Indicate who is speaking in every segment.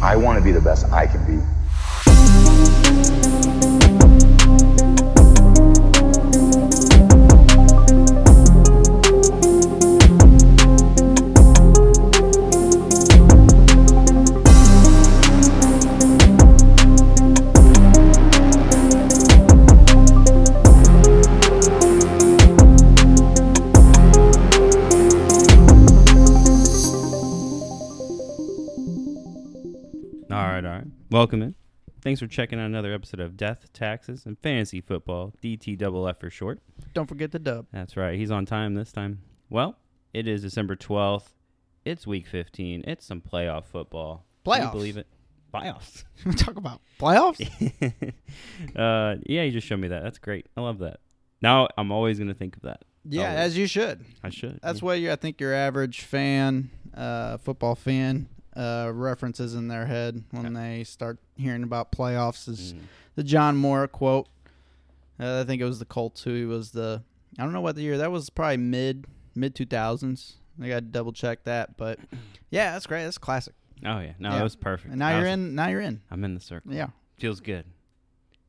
Speaker 1: I want to be the best I can be.
Speaker 2: All right, all right. Welcome in. Thanks for checking out another episode of Death, Taxes, and Fantasy Football, DTFF for short.
Speaker 3: Don't forget the dub.
Speaker 2: That's right. He's on time this time. Well, it is December 12th. It's week 15. It's some playoff football. Can you
Speaker 3: Playoffs.
Speaker 2: believe it? Playoffs.
Speaker 3: Talk about playoffs.
Speaker 2: uh, yeah, you just showed me that. That's great. I love that. Now I'm always going to think of that.
Speaker 3: Yeah,
Speaker 2: Always.
Speaker 3: as you should.
Speaker 2: I should.
Speaker 3: That's what you, I think your average fan, uh, football fan, uh, references in their head when they start hearing about playoffs is
Speaker 2: Mm.
Speaker 3: the John Moore quote. Uh, I think it was the Colts who was the I don't know what the year that was probably mid mid two thousands. I got to double check that, but yeah, that's great. That's classic.
Speaker 2: Oh, yeah. No,
Speaker 3: Yeah.
Speaker 2: it was perfect.
Speaker 3: And now
Speaker 2: I
Speaker 3: you're
Speaker 2: was-
Speaker 3: in. Now you're in.
Speaker 2: I'm in the circle.
Speaker 3: Yeah.
Speaker 2: feels good.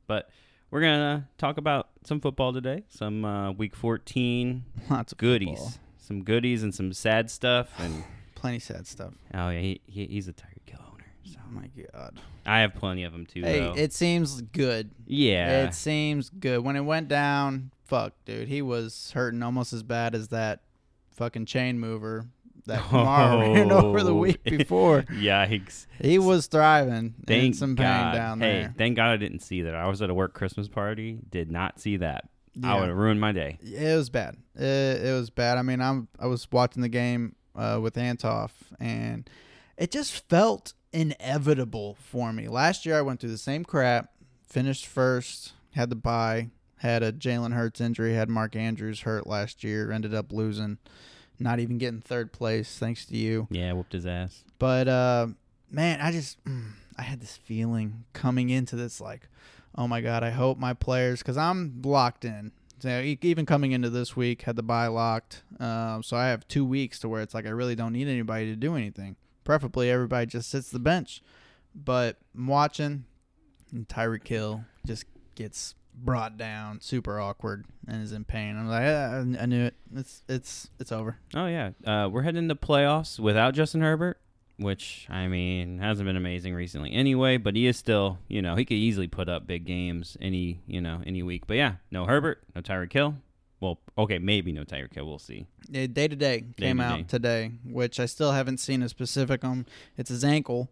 Speaker 2: But we're gonna talk about some football today. Some uh, week fourteen
Speaker 3: Lots of
Speaker 2: goodies,
Speaker 3: football.
Speaker 2: some goodies, and some sad stuff. And
Speaker 3: Plenty sad stuff.
Speaker 2: oh yeah, he, he, he's a Tiger Kill owner. So
Speaker 3: Oh my god.
Speaker 2: I have plenty of them too.
Speaker 3: Hey,
Speaker 2: though.
Speaker 3: it seems good.
Speaker 2: yeah,
Speaker 3: It seems good. When it went down, fuck, dude, he was hurting almost as bad as that fucking chain mover that Kamara ran over the
Speaker 2: Oh.
Speaker 3: week before.
Speaker 2: yikes.
Speaker 3: He was thriving.
Speaker 2: Thank
Speaker 3: and some pain
Speaker 2: God.
Speaker 3: down
Speaker 2: hey,
Speaker 3: there.
Speaker 2: thank God I didn't see that. I was at a work Christmas party. Did not see that. I
Speaker 3: Yeah.
Speaker 2: would have ruined my day.
Speaker 3: It was bad. It, it was bad. I mean, I'm I was watching the game uh, with Antoff, and it just felt inevitable for me. Last year, I went through the same crap. Finished first, had the bye, had a Jalen Hurts injury, had Mark Andrews hurt last year, ended up losing, not even getting third place thanks to you.
Speaker 2: Yeah, whooped his ass.
Speaker 3: But uh, man, I just mm, I had this feeling coming into this like, oh my god, I hope my players because I'm locked in. So e- even coming into this week, had the buy locked, um, so I have two weeks to where it's like I really don't need anybody to do anything. Preferably everybody just sits the bench. But I'm watching, and Tyreek Hill just gets brought down, super awkward, and is in pain. I'm like, "Ah, I knew it. It's it's it's over.
Speaker 2: Oh yeah, uh, we're heading into playoffs without Justin Herbert, which I mean hasn't been amazing recently anyway. But he is still, you know, he could easily put up big games any, you know, any week. But yeah, no Herbert, no Tyreek Hill. Well, okay, maybe no Tyreek Hill. We'll see.
Speaker 3: Yeah, day to day came
Speaker 2: to
Speaker 3: out today, which I still haven't seen a specific on. It's his ankle,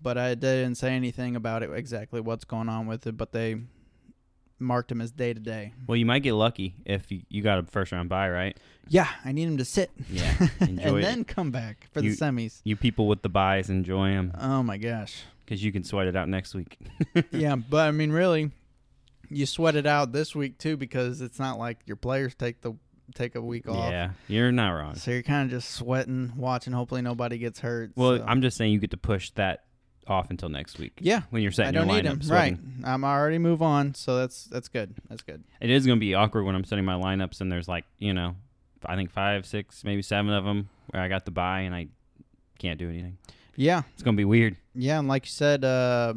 Speaker 3: but I didn't say anything about it exactly what's going on with it. But they marked him as day to day.
Speaker 2: Well, you might get lucky if you, you got a first round bye, right?
Speaker 3: Yeah, I need him to sit.
Speaker 2: Yeah, enjoy
Speaker 3: and
Speaker 2: it.
Speaker 3: then come back for
Speaker 2: You-
Speaker 3: the semis.
Speaker 2: You people with the buys enjoy them
Speaker 3: Oh my gosh.
Speaker 2: because you can sweat it out next week.
Speaker 3: yeah, but I mean, really, you sweat it out this week too because it's not like your players take the take a week off.
Speaker 2: yeah, you're not wrong.
Speaker 3: So you're kind of just sweating, watching. Hopefully nobody gets hurt.
Speaker 2: Well,
Speaker 3: so.
Speaker 2: I'm just saying you get to push that off until next week.
Speaker 3: Yeah,
Speaker 2: when you're setting
Speaker 3: I don't
Speaker 2: your
Speaker 3: need
Speaker 2: lineup,
Speaker 3: him.
Speaker 2: so I
Speaker 3: Right.
Speaker 2: can-
Speaker 3: I'm already move on, so that's that's good. That's good.
Speaker 2: it is going to be awkward when I'm setting my lineups and there's like, you know, I think five, six, maybe seven of them where I got the buy and I can't do anything.
Speaker 3: Yeah,
Speaker 2: It's going to be weird.
Speaker 3: yeah, and like you said, uh,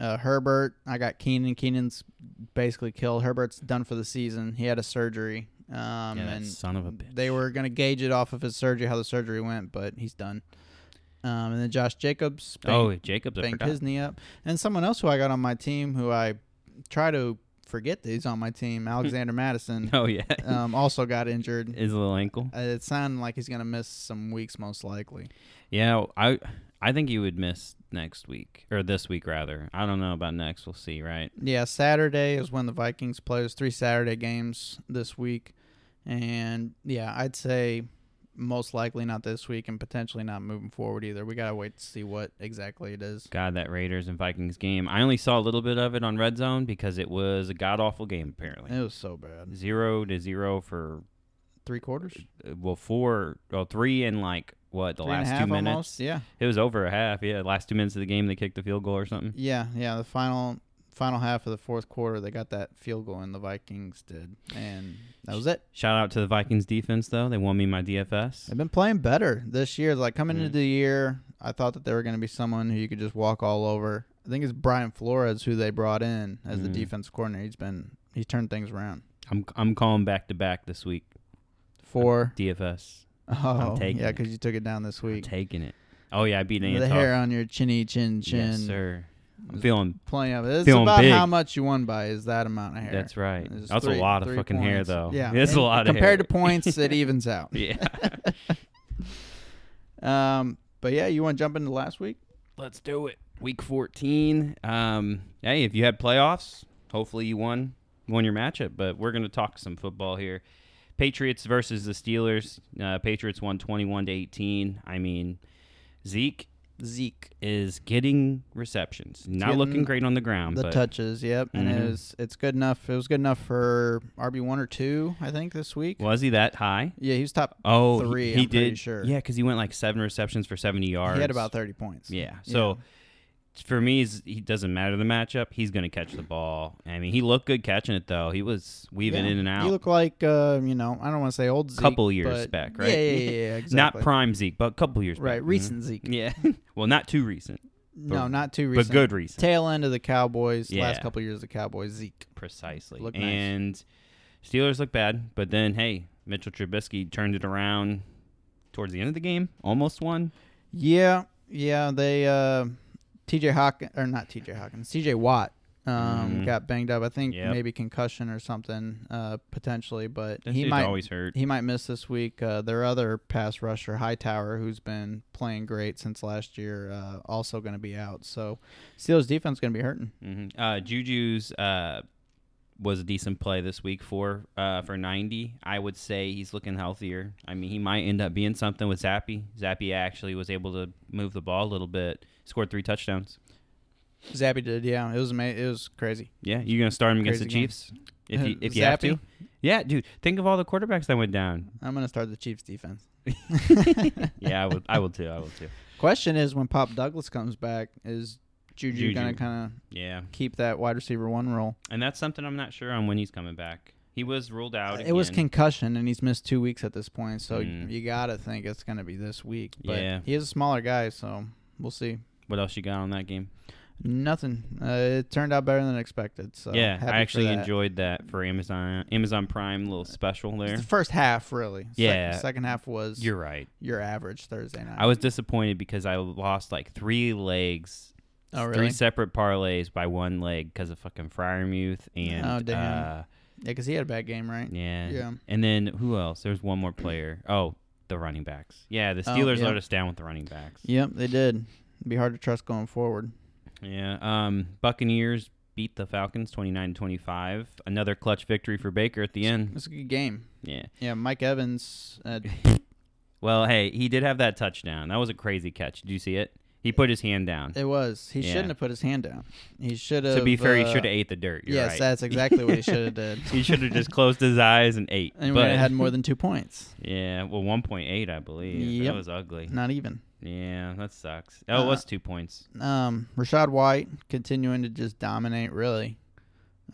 Speaker 3: uh, Herbert. I got Keenan. Keenan's basically killed. Herbert's done for the season. He had a surgery. Um,
Speaker 2: yeah, that
Speaker 3: and
Speaker 2: son of a bitch.
Speaker 3: they were gonna gauge it off of his surgery, how the surgery went, but he's done. Um, and then Josh Jacobs.
Speaker 2: oh, Jacobs, I
Speaker 3: banged
Speaker 2: forgot.
Speaker 3: his knee up. And someone else who I got on my team, who I try to forget that he's on my team, Alexander Madison,
Speaker 2: oh, yeah.
Speaker 3: um, also got injured.
Speaker 2: his little ankle.
Speaker 3: Uh, It sounded like he's gonna miss some weeks, most likely.
Speaker 2: Yeah, I I think he would miss next week or this week rather. I don't know about next. We'll see, right?
Speaker 3: Yeah, Saturday is when the Vikings play. There's three Saturday games this week, and yeah, I'd say most likely not this week, and potentially not moving forward either. We gotta wait to see what exactly it is.
Speaker 2: God, that Raiders and Vikings game. I only saw a little bit of it on Red Zone because it was a god awful game apparently.
Speaker 3: It was so bad.
Speaker 2: 0 to 0 for
Speaker 3: Three quarters.
Speaker 2: uh, well four well oh, three and like what the
Speaker 3: Three and a
Speaker 2: last
Speaker 3: half
Speaker 2: two minutes.
Speaker 3: almost. Yeah.
Speaker 2: It was over a half. Yeah, last two minutes of the game, they kicked the field goal or something.
Speaker 3: Yeah, yeah. The final final half of the fourth quarter, they got that field goal, and the Vikings did, and that was it.
Speaker 2: Shout out to the Vikings defense though. They won me my DFS.
Speaker 3: They've been playing better this year. Like coming
Speaker 2: Mm.
Speaker 3: into the year, I thought that they were going to be someone who you could just walk all over. I think it's Brian Flores who they brought in as the
Speaker 2: Mhm.
Speaker 3: defense coordinator. He's been he's turned things around.
Speaker 2: I'm I'm calling back to back this week.
Speaker 3: Four.
Speaker 2: DFS.
Speaker 3: Oh,
Speaker 2: taking
Speaker 3: yeah,
Speaker 2: it.
Speaker 3: because you took it down this
Speaker 2: I'm
Speaker 3: week.
Speaker 2: taking it. Oh yeah, I beat
Speaker 3: The
Speaker 2: Antoff.
Speaker 3: hair on your chinny chin chin.
Speaker 2: Yes, sir. I'm feeling.
Speaker 3: Playing up. It's
Speaker 2: Feeling
Speaker 3: about
Speaker 2: big.
Speaker 3: how much you won by is that amount of hair.
Speaker 2: That's right.
Speaker 3: It's
Speaker 2: That's
Speaker 3: three-
Speaker 2: a lot of
Speaker 3: three
Speaker 2: fucking hair
Speaker 3: points.
Speaker 2: though.
Speaker 3: Yeah,
Speaker 2: that's a
Speaker 3: And
Speaker 2: lot of
Speaker 3: compared
Speaker 2: hair.
Speaker 3: to points, it evens out.
Speaker 2: yeah.
Speaker 3: Um, but yeah, you want to jump into last week?
Speaker 2: Let's do it. Week 14. Um, hey, if you had playoffs, hopefully you won won your matchup. But we're going to talk some football here. Patriots versus the Steelers. Uh, Patriots won 21 to 18. I mean, Zeke
Speaker 3: Zeke,
Speaker 2: is getting receptions. Not
Speaker 3: Getting
Speaker 2: looking great on the ground,
Speaker 3: the
Speaker 2: but
Speaker 3: touches, yep, and it
Speaker 2: Mhm.
Speaker 3: was it's good enough. It was good enough for RB one or two, I think, this week.
Speaker 2: was he that high?
Speaker 3: Yeah, he was top.
Speaker 2: Oh, he-
Speaker 3: three.
Speaker 2: He,
Speaker 3: I'm pretty
Speaker 2: did.
Speaker 3: sure.
Speaker 2: Yeah, because he went like seven receptions for 70 yards.
Speaker 3: he had about thirty points.
Speaker 2: Yeah. So for me, he's- he doesn't matter the matchup. He's going to catch the ball. I mean, he looked good catching it though. He was weaving
Speaker 3: Yeah.
Speaker 2: in and out.
Speaker 3: You look like uh, you know, I don't want to say old Zeke,
Speaker 2: couple years
Speaker 3: but-
Speaker 2: back,
Speaker 3: Yeah,
Speaker 2: right?
Speaker 3: yeah, yeah, yeah, exactly.
Speaker 2: Not prime Zeke, but a couple years
Speaker 3: right,
Speaker 2: back. Mhm.
Speaker 3: recent Zeke.
Speaker 2: Yeah. well, not too recent,
Speaker 3: No, not too recent.
Speaker 2: but good recent.
Speaker 3: Tail end of the Cowboys.
Speaker 2: Yeah.
Speaker 3: Last couple years, of the Cowboys. Zeke.
Speaker 2: Precisely.
Speaker 3: Looked nice.
Speaker 2: and Steelers look bad, but then hey, Mitchell Trubisky turned it around towards the end of the game, almost won.
Speaker 3: Yeah, yeah. They uh, T.J. Hawkins or not T.J. Hawkins, C.J. Watt um,
Speaker 2: Mhm.
Speaker 3: got banged up. I think
Speaker 2: Yep.
Speaker 3: maybe concussion or something uh, potentially, but
Speaker 2: That
Speaker 3: he
Speaker 2: dude's
Speaker 3: might
Speaker 2: always hurt.
Speaker 3: he might miss this week. Uh, their other pass rusher, Hightower, who's been playing great since last year, uh, also going to be out. So Steelers defense going to be hurting.
Speaker 2: hmm Uh, Juju's uh, was a decent play this week for uh, for ninety. I would say he's looking healthier. I mean, he might end up being something with Zappy. Zappy actually was able to move the ball a little bit, scored three touchdowns.
Speaker 3: Zappy did, yeah. It was ama- it was crazy.
Speaker 2: Yeah, you're gonna start him against
Speaker 3: Crazy
Speaker 2: the
Speaker 3: game.
Speaker 2: Chiefs if you if you have to.
Speaker 3: Zappy?
Speaker 2: Yeah, dude, think of all the quarterbacks that went down.
Speaker 3: I'm going to start the Chiefs defense.
Speaker 2: Yeah, I would. I will too. I will too.
Speaker 3: Question is, when Pop Douglas comes back, is Juju,
Speaker 2: Juju.
Speaker 3: going to kind of
Speaker 2: Yeah,
Speaker 3: keep that wide receiver one role?
Speaker 2: and that's something I'm not sure on when he's coming back. He was ruled out.
Speaker 3: It was
Speaker 2: again.
Speaker 3: concussion, and he's missed two weeks at this point, so
Speaker 2: Mm.
Speaker 3: you gotta think it's gonna be this week. But
Speaker 2: Yeah.
Speaker 3: he is a smaller guy, so we'll see.
Speaker 2: what else you got on that game?
Speaker 3: Nothing. Uh, it turned out better than expected. So
Speaker 2: yeah,
Speaker 3: happy
Speaker 2: I actually
Speaker 3: for that.
Speaker 2: enjoyed that for Amazon Amazon Prime little special
Speaker 3: It's
Speaker 2: there.
Speaker 3: the first half really. Sec-
Speaker 2: Yeah.
Speaker 3: second half was your
Speaker 2: You're right.
Speaker 3: your average Thursday night.
Speaker 2: I was disappointed because I lost like three legs,
Speaker 3: Oh,
Speaker 2: three
Speaker 3: really?
Speaker 2: separate parlays by one leg because of fucking Fryermuth and
Speaker 3: Oh, damn.
Speaker 2: uh
Speaker 3: yeah, because he had a bad game, right?
Speaker 2: yeah.
Speaker 3: Yeah.
Speaker 2: And then who else? There's one more player. Oh, the running backs. Yeah, the
Speaker 3: Oh,
Speaker 2: Steelers
Speaker 3: yeah.
Speaker 2: let us down with the running backs.
Speaker 3: Yep, they did. It'd be hard to trust going forward.
Speaker 2: Yeah. Um, Buccaneers beat the Falcons 29-25. Another clutch victory for Baker at the end.
Speaker 3: It's a good game.
Speaker 2: Yeah.
Speaker 3: Yeah, Mike Evans. Uh,
Speaker 2: Well, hey, he did have that touchdown. That was a crazy catch. Did you see it? He put his hand down.
Speaker 3: it was. He
Speaker 2: Yeah.
Speaker 3: shouldn't have put his hand down. He should have.
Speaker 2: to be fair, he
Speaker 3: uh,
Speaker 2: should have ate the dirt. You're
Speaker 3: yes,
Speaker 2: right.
Speaker 3: that's exactly what he should have did.
Speaker 2: he should have just closed his eyes and ate.
Speaker 3: And we
Speaker 2: but
Speaker 3: would've had more than two points.
Speaker 2: yeah, well, one point eight, I believe.
Speaker 3: Yep. Uh,
Speaker 2: That was ugly.
Speaker 3: Not even.
Speaker 2: Yeah, that sucks. Oh, it was two points.
Speaker 3: Um, Rashad White continuing to just dominate, really.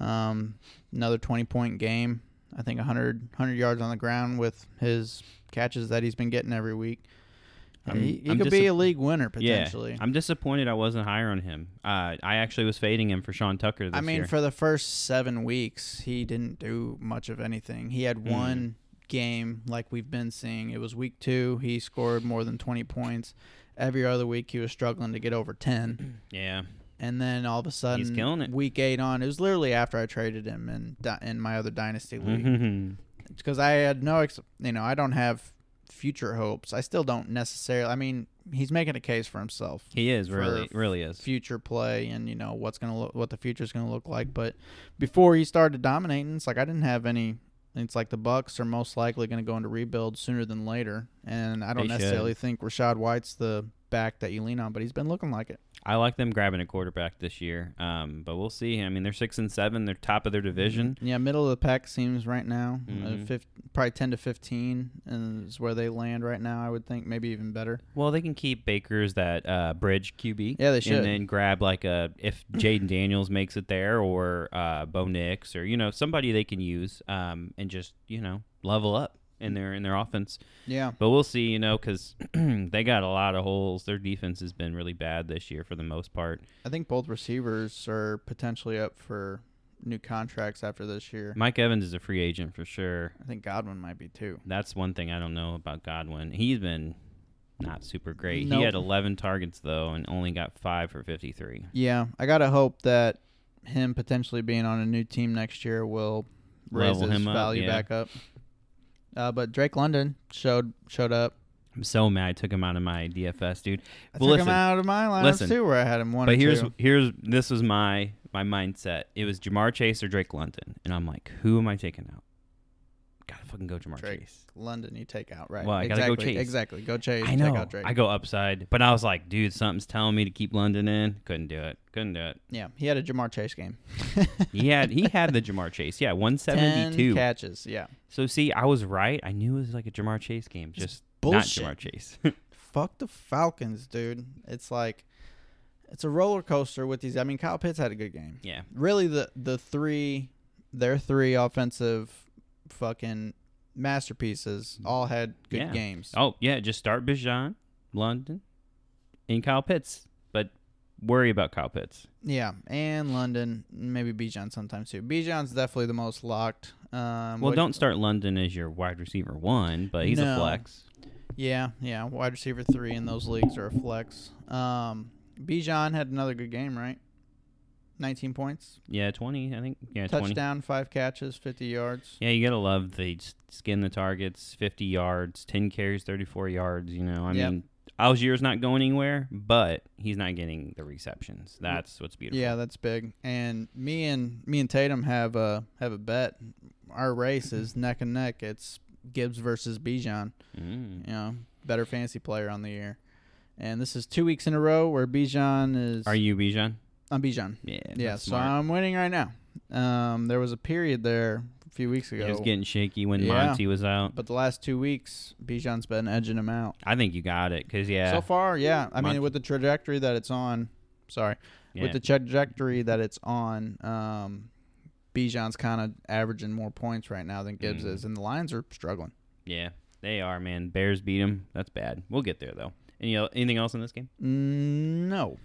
Speaker 3: Um, another 20 point game. I think 100, 100 yards on the ground with his catches that he's been getting every week.
Speaker 2: I'm-
Speaker 3: he he
Speaker 2: I'm
Speaker 3: could be
Speaker 2: disa-
Speaker 3: a league winner
Speaker 2: Yeah,
Speaker 3: potentially.
Speaker 2: I'm disappointed I wasn't higher on him. Uh, I actually was fading him for Sean Tucker. This
Speaker 3: I mean,
Speaker 2: year.
Speaker 3: for the first seven weeks, he didn't do much of anything. He
Speaker 2: Hmm.
Speaker 3: had one game like we've been seeing. It was week two. He scored more than 20 points. Every other week, he was struggling to get over 10.
Speaker 2: yeah,
Speaker 3: and then all of a sudden,
Speaker 2: killing it.
Speaker 3: Week eight on, it was literally after I traded him in di- in my other dynasty
Speaker 2: Mm-hmm.
Speaker 3: league because I had no, ex- you know, I don't have future hopes. I still don't necessarily. I mean, he's making a case for himself,
Speaker 2: he is
Speaker 3: For
Speaker 2: really, really is.
Speaker 3: future play, and you know what's gonna look, what the future's gonna look like. But before he started dominating, it's like I didn't have any. It's like the Bucks are most likely going to go into rebuild sooner than later, and I don't
Speaker 2: They should.
Speaker 3: necessarily think Rashad White's the back that you lean on, but he's been looking like it.
Speaker 2: I like them grabbing a quarterback this year, um, but we'll see. I mean, they're six and seven. They're top of their division.
Speaker 3: Yeah, middle of the pack seems right now. Uh,
Speaker 2: Mhm.
Speaker 3: fif- probably 10 to 15 and is where they land right now, I would think. Maybe even better.
Speaker 2: Well, they can keep Baker's that uh, bridge QB.
Speaker 3: Yeah, they should.
Speaker 2: And then grab like a if Jaden Daniels makes it there or uh, Bo Nix or you know somebody they can use um, and just you know level up in their in their offense.
Speaker 3: Yeah.
Speaker 2: But we'll see, you know, because they got a lot of holes. Their defense has been really bad this year for the most part.
Speaker 3: I think both receivers are potentially up for new contracts after this year.
Speaker 2: Mike Evans is a free agent for sure.
Speaker 3: I think Godwin might be too.
Speaker 2: That's one thing I don't know about Godwin. He's been not super great.
Speaker 3: Nope.
Speaker 2: He had 11 targets though and only got five for 53.
Speaker 3: Yeah, I gotta hope that him potentially being on a new team next year will raise
Speaker 2: Level
Speaker 3: his
Speaker 2: him up,
Speaker 3: value
Speaker 2: yeah.
Speaker 3: back up. Uh, but Drake London showed showed up.
Speaker 2: I'm so mad I took him out of my DFS, dude.
Speaker 3: I
Speaker 2: Well,
Speaker 3: took him
Speaker 2: listen.
Speaker 3: out of my lineups
Speaker 2: Listen.
Speaker 3: too, where I had him one.
Speaker 2: But
Speaker 3: and
Speaker 2: here's
Speaker 3: two.
Speaker 2: here's this was my my mindset. It was Jamar Chase or Drake London, and I'm like, who am I taking out? Gotta fucking go Jamar
Speaker 3: Drake
Speaker 2: Chase.
Speaker 3: London, you take out right.
Speaker 2: Well, I gotta
Speaker 3: exactly,
Speaker 2: go Chase.
Speaker 3: Exactly, go chase.
Speaker 2: I know.
Speaker 3: Take out Drake.
Speaker 2: I go upside, but I was like, dude, something's telling me to keep London in. Couldn't do it. Couldn't do it.
Speaker 3: yeah, he had a Jamar Chase game.
Speaker 2: He had he had the Jamar Chase. Yeah,
Speaker 3: Ten
Speaker 2: 172.
Speaker 3: catches. Yeah,
Speaker 2: So see, I was right. I knew it was like a Jamar Chase game, just
Speaker 3: bullshit.
Speaker 2: not Jamar Chase.
Speaker 3: fuck the Falcons, dude. It's like it's a roller coaster with these. I mean, Kyle Pitts had a good game.
Speaker 2: yeah.
Speaker 3: really the the three their three offensive fucking masterpieces all had good
Speaker 2: Mm-hmm. Yeah.
Speaker 3: games.
Speaker 2: Oh yeah, just start Bijan, London, and Kyle Pitts, but worry about Kyle Pitts.
Speaker 3: Yeah, and London, maybe Bijan sometimes too. Bijan's definitely the most locked.
Speaker 2: Well,
Speaker 3: Um, what-
Speaker 2: don't start London as your wide receiver one, but he's
Speaker 3: No.
Speaker 2: a flex.
Speaker 3: Yeah, yeah, wide receiver three in those leagues are a flex. Um, Bijan had another good game, right? Nineteen points,
Speaker 2: Yeah, twenty, I think. Yeah, twenty.
Speaker 3: touchdown, five catches, fifty yards.
Speaker 2: Yeah, you gotta love the s- skin the targets, fifty yards, ten carries, thirty-four yards. You know, I
Speaker 3: Yep.
Speaker 2: mean, Algiers not going anywhere, but he's not getting the receptions. That's what's beautiful.
Speaker 3: Yeah, that's big. And me and me and Tatum have a have a bet. Our race is
Speaker 2: Mm-hmm.
Speaker 3: neck and neck. It's Gibbs versus Bijan.
Speaker 2: Mm.
Speaker 3: You know, better fantasy player on the year. And this is two weeks in a row where Bijan is.
Speaker 2: Are you Bijan?
Speaker 3: I'm Bijan.
Speaker 2: Yeah.
Speaker 3: Yeah,
Speaker 2: that's
Speaker 3: so
Speaker 2: smart.
Speaker 3: I'm winning right now. Um, there was a period there a few weeks ago,
Speaker 2: It was getting shaky when
Speaker 3: Yeah.
Speaker 2: Monty was out.
Speaker 3: but the last two weeks Bijan's been edging him out.
Speaker 2: I think you got it because yeah,
Speaker 3: So far, yeah. I
Speaker 2: Monty.
Speaker 3: mean, with the trajectory that it's on, sorry,
Speaker 2: yeah.
Speaker 3: with the trajectory that it's on, um, Bijan's kind of averaging more points right now than Gibbs
Speaker 2: Mm.
Speaker 3: is, and the Lions are struggling.
Speaker 2: yeah, they are man. Bears beat them. That's bad. We'll get there though. Any anything else in this game?
Speaker 3: Mm, no,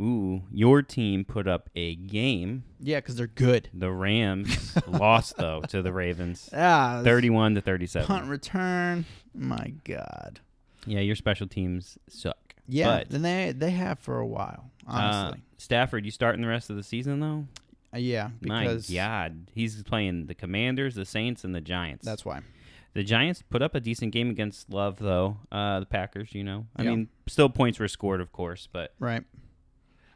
Speaker 2: Ooh, your team put up a game.
Speaker 3: yeah, because they're good.
Speaker 2: The Rams lost though to the Ravens,
Speaker 3: Ah, this
Speaker 2: thirty-one to thirty-seven.
Speaker 3: punt return. My God,
Speaker 2: Yeah, your special teams suck.
Speaker 3: yeah,
Speaker 2: But,
Speaker 3: and they they have for a while, honestly.
Speaker 2: uh, Stafford, you starting the rest of the season though?
Speaker 3: Uh, yeah, because
Speaker 2: My God, he's playing the Commanders, the Saints, and the Giants.
Speaker 3: that's why.
Speaker 2: The Giants put up a decent game against Love, though. Uh, the Packers, you know. I
Speaker 3: Yeah.
Speaker 2: mean, still points were scored, of course. But
Speaker 3: Right.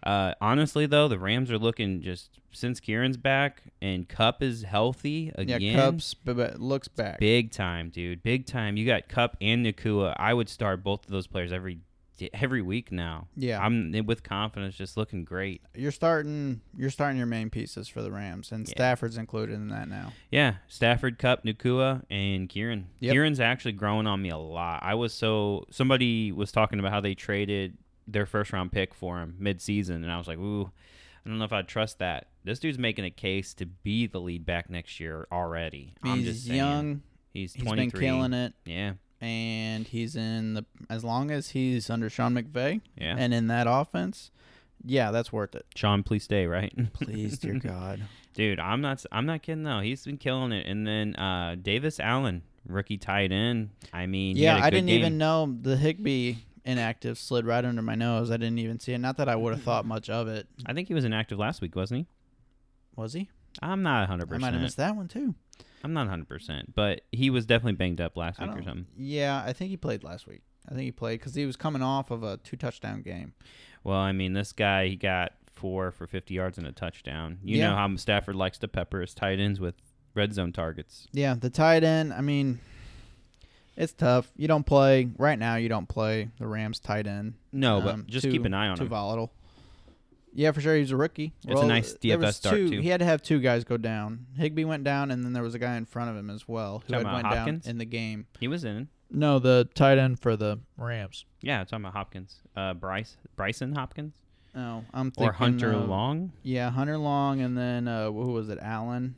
Speaker 2: uh, honestly, though, the Rams are looking just since Kieran's back and Cup is healthy
Speaker 3: Yeah,
Speaker 2: again.
Speaker 3: Cubs, but, but looks back.
Speaker 2: Big time, dude. Big time. You got Cup and Nakua. I would start both of those players every di- every week now.
Speaker 3: Yeah.
Speaker 2: I'm with confidence, just looking great.
Speaker 3: You're starting. You're starting your main pieces for the Rams, and
Speaker 2: Yeah.
Speaker 3: Stafford's included in that now.
Speaker 2: Yeah, Stafford, Cup, Nakua, and Kieran.
Speaker 3: Yep.
Speaker 2: Kieran's actually growing on me a lot. I was so somebody was talking about how they traded their first round pick for him mid season, and I was like, ooh, I don't know if I trust that. This dude's making a case to be the lead back next year already. I'm
Speaker 3: He's
Speaker 2: just saying.
Speaker 3: young.
Speaker 2: He's
Speaker 3: He's
Speaker 2: 23.
Speaker 3: been killing it.
Speaker 2: Yeah,
Speaker 3: and he's in the as long as he's under Sean McVay
Speaker 2: yeah.
Speaker 3: and in that offense, yeah, that's worth it.
Speaker 2: Sean, please stay, right?
Speaker 3: Please, dear God.
Speaker 2: Dude, I'm not. I'm not kidding though. He's been killing it. And then uh, Davis Allen, rookie tight end. I mean, he
Speaker 3: Yeah,
Speaker 2: had a
Speaker 3: I
Speaker 2: good
Speaker 3: didn't
Speaker 2: game.
Speaker 3: even know the Higby inactive slid right under my nose. I didn't even see it. Not that I would have thought much of it.
Speaker 2: I think he was inactive last week, wasn't he?
Speaker 3: Was he?
Speaker 2: I'm not 100.
Speaker 3: I
Speaker 2: percent
Speaker 3: might have missed that one too.
Speaker 2: I'm not 100, percent but he was definitely banged up last
Speaker 3: I
Speaker 2: week or
Speaker 3: don't-
Speaker 2: something.
Speaker 3: Yeah, I think he played last week. I think he played because he was coming off of a two touchdown game.
Speaker 2: Well, I mean, this guy he got four for 50 yards and a touchdown. You
Speaker 3: Yeah.
Speaker 2: know how Stafford likes to pepper his tight ends with red zone targets.
Speaker 3: Yeah, the tight end. I mean, it's tough. You don't play right now. You don't play the Rams tight end.
Speaker 2: No,
Speaker 3: Um,
Speaker 2: but just
Speaker 3: too-
Speaker 2: keep an eye on
Speaker 3: Too
Speaker 2: him.
Speaker 3: volatile. Yeah, for sure. He was a rookie.
Speaker 2: It's a nice
Speaker 3: there
Speaker 2: DFS
Speaker 3: was
Speaker 2: start,
Speaker 3: two-
Speaker 2: too.
Speaker 3: He had to have two guys go down. Higby went down, and then there was a guy in front of him as well who
Speaker 2: Talking
Speaker 3: had
Speaker 2: about
Speaker 3: went
Speaker 2: Hopkins?
Speaker 3: down in the game.
Speaker 2: He was in.
Speaker 3: No, the tight end for the Rams.
Speaker 2: Yeah, talking about Hopkins. Uh, Bryce Bryson Hopkins
Speaker 3: Oh, I'm thinking
Speaker 2: or Hunter
Speaker 3: of-
Speaker 2: Long.
Speaker 3: Yeah, Hunter Long, and then uh, who was it? Allen.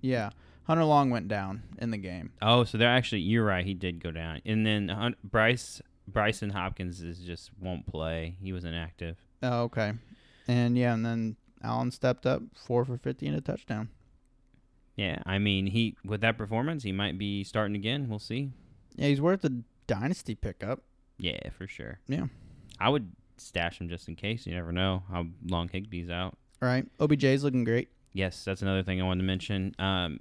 Speaker 3: Yeah, Hunter Long went down in the game.
Speaker 2: Oh, so they're actually you're right. He did go down, and then Hun- Bryce Bryson Hopkins is just won't play. He was inactive.
Speaker 3: Oh, okay. And yeah, and then Allen stepped up four for fifty and a touchdown.
Speaker 2: Yeah, I mean he with that performance he might be starting again. We'll see.
Speaker 3: Yeah, he's worth a dynasty pickup.
Speaker 2: Yeah, for sure.
Speaker 3: Yeah.
Speaker 2: I would stash him just in case. You never know how long Higby's out.
Speaker 3: All right, OBJ's looking great.
Speaker 2: Yes, that's another thing I wanted to mention. Um,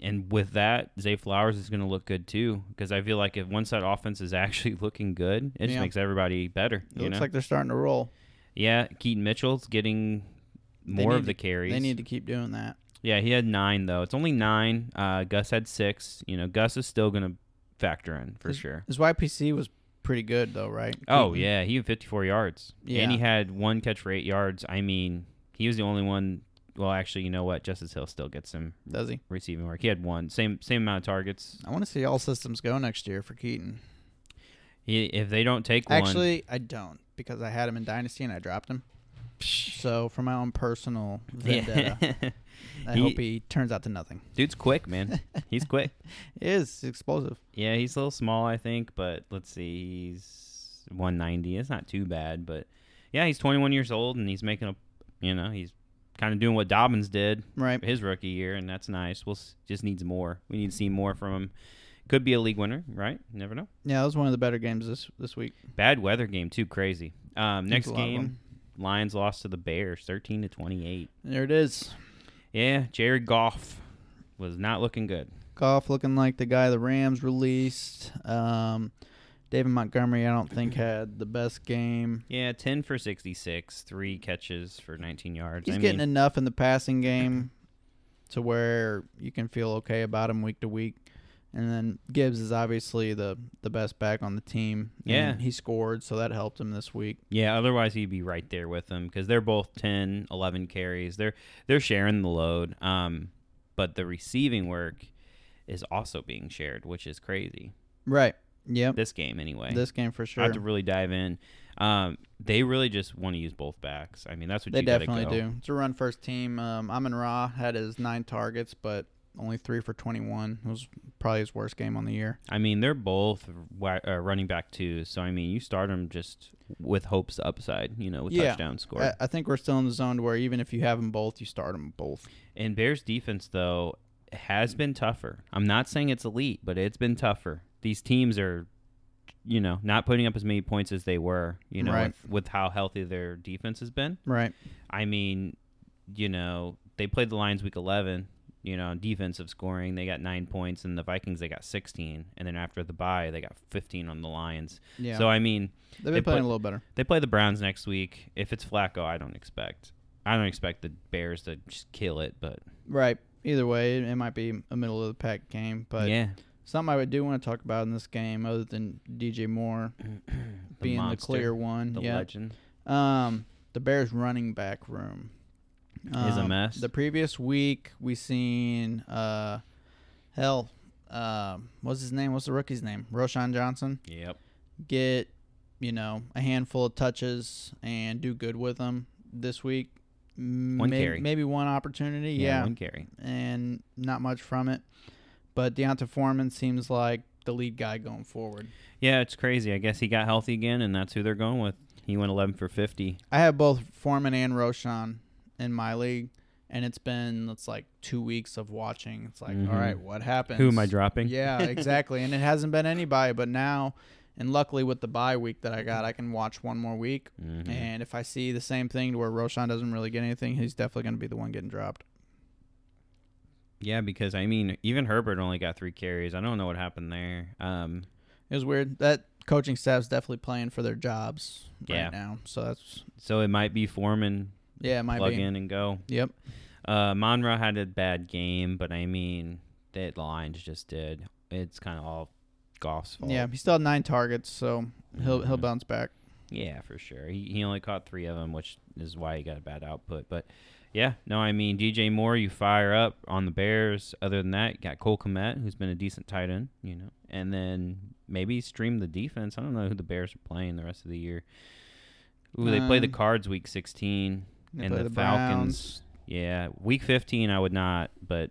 Speaker 2: and with that, Zay Flowers is going to look good too, because I feel like if once that offense is actually looking good, it just
Speaker 3: Yeah.
Speaker 2: makes everybody better.
Speaker 3: It
Speaker 2: you
Speaker 3: looks
Speaker 2: know?
Speaker 3: like they're starting to roll.
Speaker 2: yeah, Keaton Mitchell's getting
Speaker 3: They
Speaker 2: more
Speaker 3: need
Speaker 2: of the
Speaker 3: to-
Speaker 2: carries.
Speaker 3: They need to keep doing that.
Speaker 2: yeah, he had nine though. It's only nine. Uh, Gus had six. You know, Gus is still going to factor in for sure.
Speaker 3: His YPC was pretty good though, right?
Speaker 2: Oh
Speaker 3: Keaton?
Speaker 2: yeah, he had 54 yards,
Speaker 3: Yeah.
Speaker 2: and he had one catch for eight yards. I mean, he was the only one. Well, actually, you know what? Justice Hill still gets some
Speaker 3: Does he?
Speaker 2: receiving work. He had one same same amount of targets.
Speaker 3: I want to see all systems go next year for Keaton.
Speaker 2: He, if they don't take one,
Speaker 3: Actually, I don't because I had him in Dynasty and I dropped him. So for my own personal vendetta,
Speaker 2: yeah.
Speaker 3: I
Speaker 2: He-
Speaker 3: hope he turns out to nothing.
Speaker 2: dude's quick, man. He's quick.
Speaker 3: It is explosive.
Speaker 2: Yeah, he's a little small, I think, but let's see, he's 190. It's not too bad, but yeah, he's 21 years old and he's making a, you know, he's kind of doing what Dobbins did
Speaker 3: Right.
Speaker 2: his rookie year, and that's nice. We'll s- just needs more. We need to see more from him. Could be a league winner, right? You Never know.
Speaker 3: Yeah, that was one of the better games this this week.
Speaker 2: Bad weather game too, crazy. Um, next
Speaker 3: a lot of
Speaker 2: game,
Speaker 3: them.
Speaker 2: Lions lost to the Bears, 13 to 28.
Speaker 3: There it is.
Speaker 2: Yeah, Jared Goff was not looking good.
Speaker 3: Goff looking like the guy the Rams released. Um, David Montgomery, I don't think had the best game.
Speaker 2: Yeah, 10 for 66, three catches for 19 yards.
Speaker 3: He's
Speaker 2: I
Speaker 3: getting
Speaker 2: mean,
Speaker 3: enough in the passing game to where you can feel okay about him week to week. And then Gibbs is obviously the the best back on the team. and
Speaker 2: Yeah.
Speaker 3: he scored, so that helped him this week.
Speaker 2: yeah, otherwise he'd be right there with them because they're both 10, 11 carries. They're they're sharing the load. Um, but the receiving work is also being shared, which is crazy.
Speaker 3: Right. Yep.
Speaker 2: This game, anyway.
Speaker 3: This game for
Speaker 2: I
Speaker 3: sure.
Speaker 2: have to really dive in. Um, they really just want to use both backs. I mean, that's what
Speaker 3: They
Speaker 2: you
Speaker 3: definitely
Speaker 2: gotta go.
Speaker 3: do. It's a run first team. Um, Amon Ra had his nine targets, but only three for 21. It was probably his worst game on the year.
Speaker 2: I mean, they're both wi- uh, running back too. So I mean, you start them just with hopes upside, you know, with
Speaker 3: Yeah.
Speaker 2: touchdown score.
Speaker 3: I, I think we're still in the zone to where even if you have them both, you start them both.
Speaker 2: And Bears defense though has been tougher. I'm not saying it's elite, but it's been tougher. These teams are, you know, not putting up as many points as they were, you know,
Speaker 3: Right.
Speaker 2: with, with how healthy their defense has been.
Speaker 3: Right.
Speaker 2: I mean, you know, they played the Lions week 11, you know, on defensive scoring. They got nine points, and the Vikings, they got 16. And then after the bye, they got 15 on the Lions.
Speaker 3: Yeah.
Speaker 2: So, I mean,
Speaker 3: They've been
Speaker 2: they
Speaker 3: playing
Speaker 2: put-
Speaker 3: a little better.
Speaker 2: they play the Browns next week. If it's Flacco, I don't expect. I don't expect the Bears to just kill it, but,
Speaker 3: Right. Either way, it, it might be a middle of the pack game, but
Speaker 2: yeah,
Speaker 3: something I would do want to talk about in this game, other than DJ Moore being
Speaker 2: monster,
Speaker 3: the clear one,
Speaker 2: the
Speaker 3: yeah.
Speaker 2: legend.
Speaker 3: Um, the Bears running back room Um,
Speaker 2: Is a mess.
Speaker 3: The previous week we seen uh, hell, um, what's his name? What's the rookie's name? Roshan Johnson
Speaker 2: Yep.
Speaker 3: get you know a handful of touches and do good with them this week. One
Speaker 2: carry.
Speaker 3: maybe one opportunity. yeah
Speaker 2: One carry.
Speaker 3: and not much from it. But Deonta Foreman seems like the lead guy going forward.
Speaker 2: Yeah, it's crazy. I guess he got healthy again, and that's who they're going with. He went 11 for 50.
Speaker 3: I have both Foreman and Roshan in my league, and it's been it's like two weeks of watching. It's like,
Speaker 2: Mhm.
Speaker 3: all right, what happens?
Speaker 2: Who am I dropping?
Speaker 3: Yeah, exactly. and it hasn't been anybody, but now, and luckily with the bye week that I got, I can watch one more week.
Speaker 2: Mhm.
Speaker 3: And if I see the same thing to where Roshan doesn't really get anything, he's definitely going to be the one getting dropped.
Speaker 2: Yeah, because I mean, even Herbert only got three carries. I don't know what happened there. Um,
Speaker 3: It was weird. That coaching staff's definitely playing for their jobs
Speaker 2: Yeah.
Speaker 3: right now. So that's
Speaker 2: so it might be Foreman
Speaker 3: yeah, it might
Speaker 2: plug
Speaker 3: be.
Speaker 2: in and go.
Speaker 3: Yep.
Speaker 2: Uh, Monra had a bad game, but I mean, the Lions just did. It's kind of all Goff's fault. Mm-hmm.
Speaker 3: Yeah, he still had nine targets, so he'll he'll bounce back.
Speaker 2: Yeah, for sure. He, he only caught three of them, which is why he got a bad output. But yeah, no, I mean DJ Moore, you fire up on the Bears. Other than that, you got Cole Komet, who's been a decent tight end, you know, and then maybe stream the defense. I don't know who the Bears are playing the rest of the year. Ooh, they play the
Speaker 3: Um,
Speaker 2: Cards week sixteen,
Speaker 3: they
Speaker 2: and
Speaker 3: play
Speaker 2: the,
Speaker 3: the
Speaker 2: Falcons. Yeah, week fifteen, I would not, but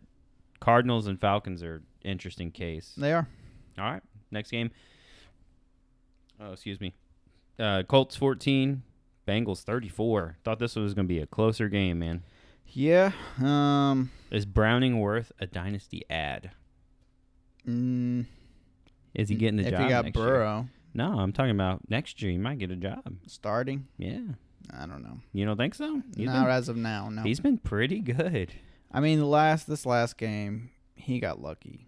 Speaker 2: Cardinals and Falcons are interesting case.
Speaker 3: They are.
Speaker 2: All right. Next game. Oh, excuse me. Uh, Colts 14, Bengals 34. Thought this was going to be a closer game, man.
Speaker 3: Yeah. Um.
Speaker 2: Is Browning worth a dynasty ad?
Speaker 3: mm,
Speaker 2: Is he getting the
Speaker 3: if
Speaker 2: job?
Speaker 3: you got
Speaker 2: next year?
Speaker 3: Burrow
Speaker 2: No, I'm talking about next year. He might get a job.
Speaker 3: starting,
Speaker 2: Yeah.
Speaker 3: I don't know.
Speaker 2: You don't think so? You
Speaker 3: Not
Speaker 2: think-
Speaker 3: as of now. No.
Speaker 2: He's been pretty good.
Speaker 3: I mean, the last this last game, he got lucky.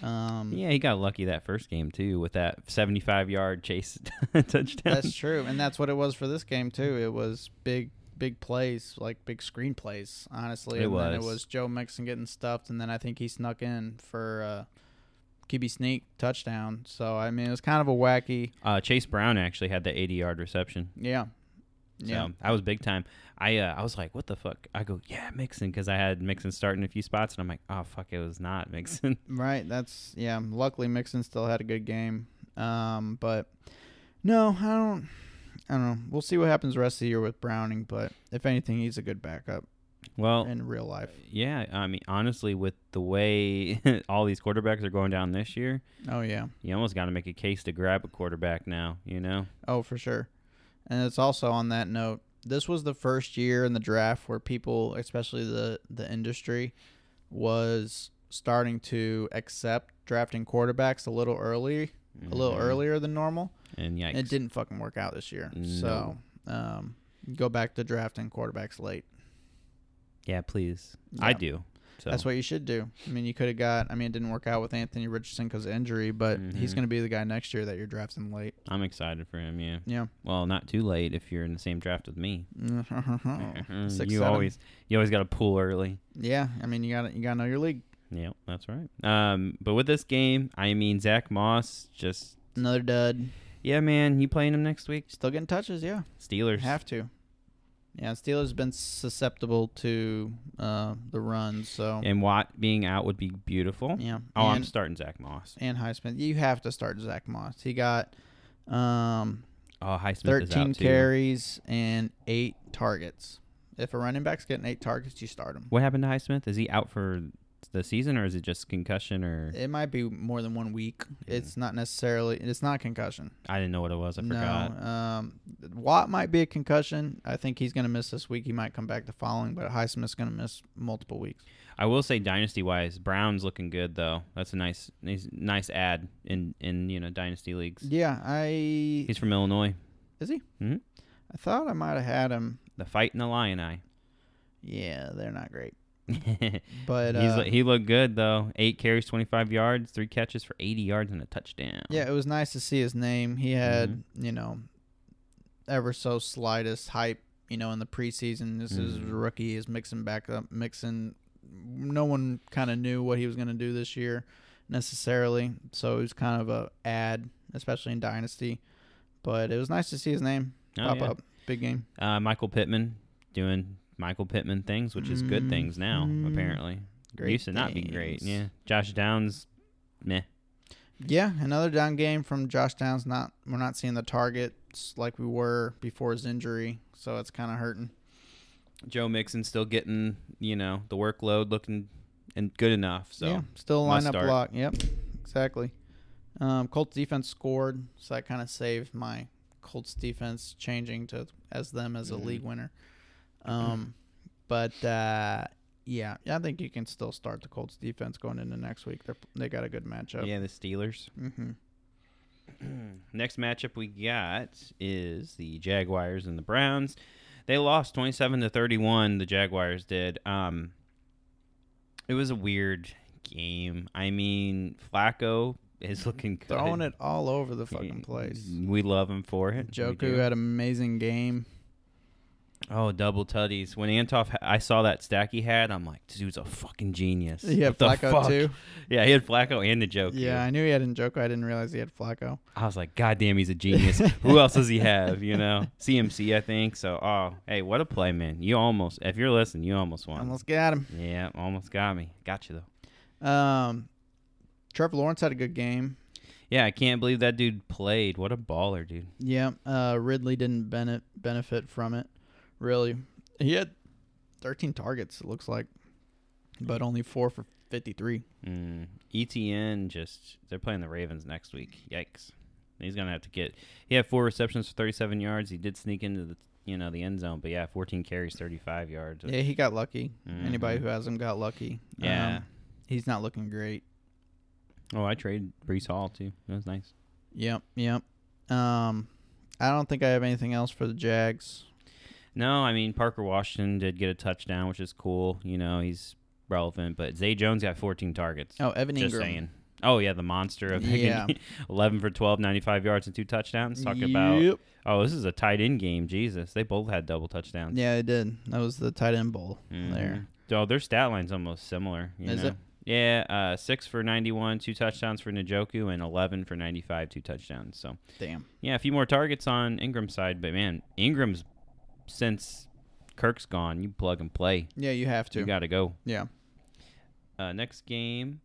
Speaker 3: Um.
Speaker 2: Yeah, he got lucky that first game, too, with that 75 yard chase touchdown.
Speaker 3: That's true, and that's what it was for this game too. It was big, big plays, like big screen plays. Honestly,
Speaker 2: It
Speaker 3: and then it
Speaker 2: was.
Speaker 3: was Joe Mixon getting stuffed, and then I think he snuck in for uh, QB sneak touchdown. So I mean, it was kind of a wacky,
Speaker 2: uh, Chase Brown actually had the 80 yard reception.
Speaker 3: yeah, yeah.
Speaker 2: So I was big time. I uh, I was like, what the fuck? I go, yeah, Mixon, because I had Mixon starting a few spots, and I'm like, oh fuck, it was not Mixon.
Speaker 3: Right. That's yeah. Luckily, Mixon still had a good game. Um, but no, I don't. I don't know. We'll see what happens the rest of the year with Browning, but if anything, he's a good backup
Speaker 2: Well,
Speaker 3: in real life.
Speaker 2: yeah, I mean, honestly, with the way all these quarterbacks are going down this year,
Speaker 3: Oh yeah.
Speaker 2: you almost got to make a case to grab a quarterback now. You know,
Speaker 3: Oh, for sure. And it's also on that note. This was the first year in the draft where people, especially the the industry, was starting to accept drafting quarterbacks a little early, a little
Speaker 2: Mhm.
Speaker 3: earlier than normal.
Speaker 2: and yikes,
Speaker 3: It didn't fucking work out this year.
Speaker 2: No.
Speaker 3: So, um, go back to drafting quarterbacks late.
Speaker 2: yeah, please, I
Speaker 3: Yeah.
Speaker 2: do. So
Speaker 3: That's what you should do. I mean, you could have got. I mean, it didn't work out with Anthony Richardson because of injury, but he's
Speaker 2: Mhm.
Speaker 3: going to be the guy next year that you're drafting late.
Speaker 2: I'm excited for him. Yeah,
Speaker 3: Yeah.
Speaker 2: well, not too late if you're in the same draft with me. you
Speaker 3: Oh, Six, seven.
Speaker 2: always you always got to pull early.
Speaker 3: Yeah. I mean, you got to you got to know your league.
Speaker 2: Yep, that's right. Um, but with this game, I mean Zach Moss just
Speaker 3: Another dud.
Speaker 2: yeah, man, you playing him next week?
Speaker 3: Still getting touches. Yeah.
Speaker 2: Steelers.
Speaker 3: Have to. Yeah. Steelers have been susceptible to uh, the run. So.
Speaker 2: and Watt being out would be beautiful.
Speaker 3: Yeah.
Speaker 2: Oh, I'm
Speaker 3: And-
Speaker 2: starting Zach Moss.
Speaker 3: and Highsmith. You have to start Zach Moss. He got um,
Speaker 2: Oh, Highsmith is out
Speaker 3: 13
Speaker 2: too.
Speaker 3: carries and eight targets. If a running back's getting eight targets, you start him.
Speaker 2: What happened to Highsmith? Is he out for the season, or is it just concussion? Or
Speaker 3: It might be more than one week. It's not necessarily. It's not concussion.
Speaker 2: I didn't know what it was. I
Speaker 3: no.
Speaker 2: forgot.
Speaker 3: Um, Watt might be a concussion. I think he's going to miss this week. He might come back the following, but Highsmith's going to miss multiple weeks.
Speaker 2: I will say dynasty wise, Brown's looking good though. That's a nice, nice, nice ad in in you know dynasty leagues.
Speaker 3: Yeah, I
Speaker 2: He's from Illinois.
Speaker 3: is he?
Speaker 2: Mhm.
Speaker 3: I thought I might have had him.
Speaker 2: The fight and the lion eye.
Speaker 3: Yeah, they're not great,
Speaker 2: He's,
Speaker 3: but uh,
Speaker 2: lo- he looked good though. Eight carries, twenty five yards, three catches for eighty yards and a touchdown.
Speaker 3: Yeah, it was nice to see his name. He
Speaker 2: Mm-hmm.
Speaker 3: had, you know, ever so slightest hype, you know, in the preseason. This is
Speaker 2: Mm-hmm.
Speaker 3: a rookie. He's mixing back up, mixing. No one kind of knew what he was going to do this year necessarily. So it was kind of a ad, especially in Dynasty. But it was nice to see his name
Speaker 2: Oh,
Speaker 3: pop
Speaker 2: yeah.
Speaker 3: up. Big game.
Speaker 2: Uh, Michael Pittman doing Michael Pittman things, which is good things now,
Speaker 3: Mm,
Speaker 2: apparently.
Speaker 3: great
Speaker 2: Used to not be great.
Speaker 3: things.
Speaker 2: Yeah. Josh Downs, meh.
Speaker 3: Yeah, another down game from Josh Downs. Not we're not seeing the targets like we were before his injury, so it's kind of hurting.
Speaker 2: Joe Mixon still getting, you know, the workload looking and good enough. So
Speaker 3: yeah, still
Speaker 2: must
Speaker 3: lineup
Speaker 2: start.
Speaker 3: block. Yep, exactly. Um, Colts defense scored, so that kind of saved my Colts defense changing to as them as a
Speaker 2: Mm-hmm.
Speaker 3: league winner. Um, but uh, yeah, I think you can still start the Colts defense going into next week. They they got a good matchup.
Speaker 2: yeah, the Steelers.
Speaker 3: hmm
Speaker 2: Next matchup we got is the Jaguars and the Browns. They lost 27 to 31. The Jaguars did. Um, it was a weird game. I mean, Flacco is looking good.
Speaker 3: Throwing it all over the fucking place.
Speaker 2: We love him for it. We
Speaker 3: Joku
Speaker 2: do.
Speaker 3: had an amazing game.
Speaker 2: Oh, double tutties. When Antoff, ha- I saw that stack he had. I'm like, this dude's a fucking genius.
Speaker 3: He had
Speaker 2: What the
Speaker 3: Flacco
Speaker 2: fuck?
Speaker 3: too?
Speaker 2: Yeah, he had Flacco and the Joker.
Speaker 3: Yeah, I knew he had Njoku. I didn't realize he had Flacco.
Speaker 2: I was like, God damn, he's a genius. Who else does he have? You know, CMC, I think. So, oh, hey, what a play, man. You almost, if you're listening, you almost won.
Speaker 3: Almost got him.
Speaker 2: Yeah, almost got me. Got you, though.
Speaker 3: Um, Trevor Lawrence had a good game.
Speaker 2: Yeah, I can't believe that dude played. What a baller, dude.
Speaker 3: Yeah, uh, Ridley didn't benefit benefit from it, really. He had 13 targets, it looks like, but only four for 53.
Speaker 2: Mm, ETN just, they're playing the Ravens next week. Yikes. He's going to have to get, he had four receptions for 37 yards. He did sneak into the, you know, the end zone, but yeah, 14 carries, 35 yards.
Speaker 3: Yeah, he got lucky. Anybody
Speaker 2: Mhm.
Speaker 3: who has him got lucky.
Speaker 2: Yeah.
Speaker 3: Um, he's not looking great.
Speaker 2: Oh, I traded Brees Hall, too. That was nice.
Speaker 3: Yep, yep. Um, I don't think I have anything else for the Jags.
Speaker 2: No, I mean Parker Washington did get a touchdown, which is cool. You know, he's relevant, but Zay Jones got 14 targets.
Speaker 3: Oh, Evan
Speaker 2: just
Speaker 3: Ingram.
Speaker 2: saying. Oh yeah, the monster of
Speaker 3: Yeah.
Speaker 2: 11 for 12, 95 yards and two touchdowns. Talk about
Speaker 3: Yep.
Speaker 2: Oh, this is a tight end game. Jesus, they both had double touchdowns.
Speaker 3: Yeah, it did. That was the tight end bowl there.
Speaker 2: Mhm. Oh, their stat line's almost similar. you
Speaker 3: Is
Speaker 2: know?
Speaker 3: it?
Speaker 2: Yeah, uh, six for 91, two touchdowns for Njoku, and 11 for 95, two touchdowns. So,
Speaker 3: Damn.
Speaker 2: yeah, a few more targets on Ingram's side, but man, Ingram's since Kirk's gone, you plug and play.
Speaker 3: Yeah, you have to.
Speaker 2: You got to go.
Speaker 3: yeah.
Speaker 2: Uh, next game.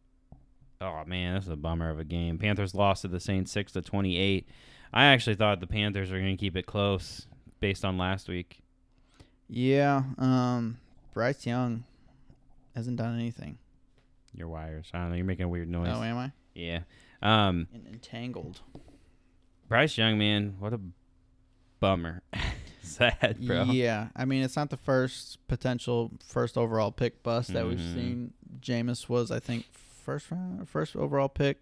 Speaker 2: Oh man, this is a bummer of a game. Panthers lost to the Saints six to twenty eight. I actually thought the Panthers were going to keep it close based on last week.
Speaker 3: Yeah. Um, Bryce Young hasn't done anything.
Speaker 2: Your wires. I don't know. You're making a weird noise.
Speaker 3: Oh, am I?
Speaker 2: yeah. Um,
Speaker 3: And entangled.
Speaker 2: Bryce Young, man, what a bummer. Sad, bro.
Speaker 3: Yeah. I mean, it's not the first potential first overall pick bust that we've
Speaker 2: Mhm.
Speaker 3: seen. Jameis was, I think, first round, first overall pick.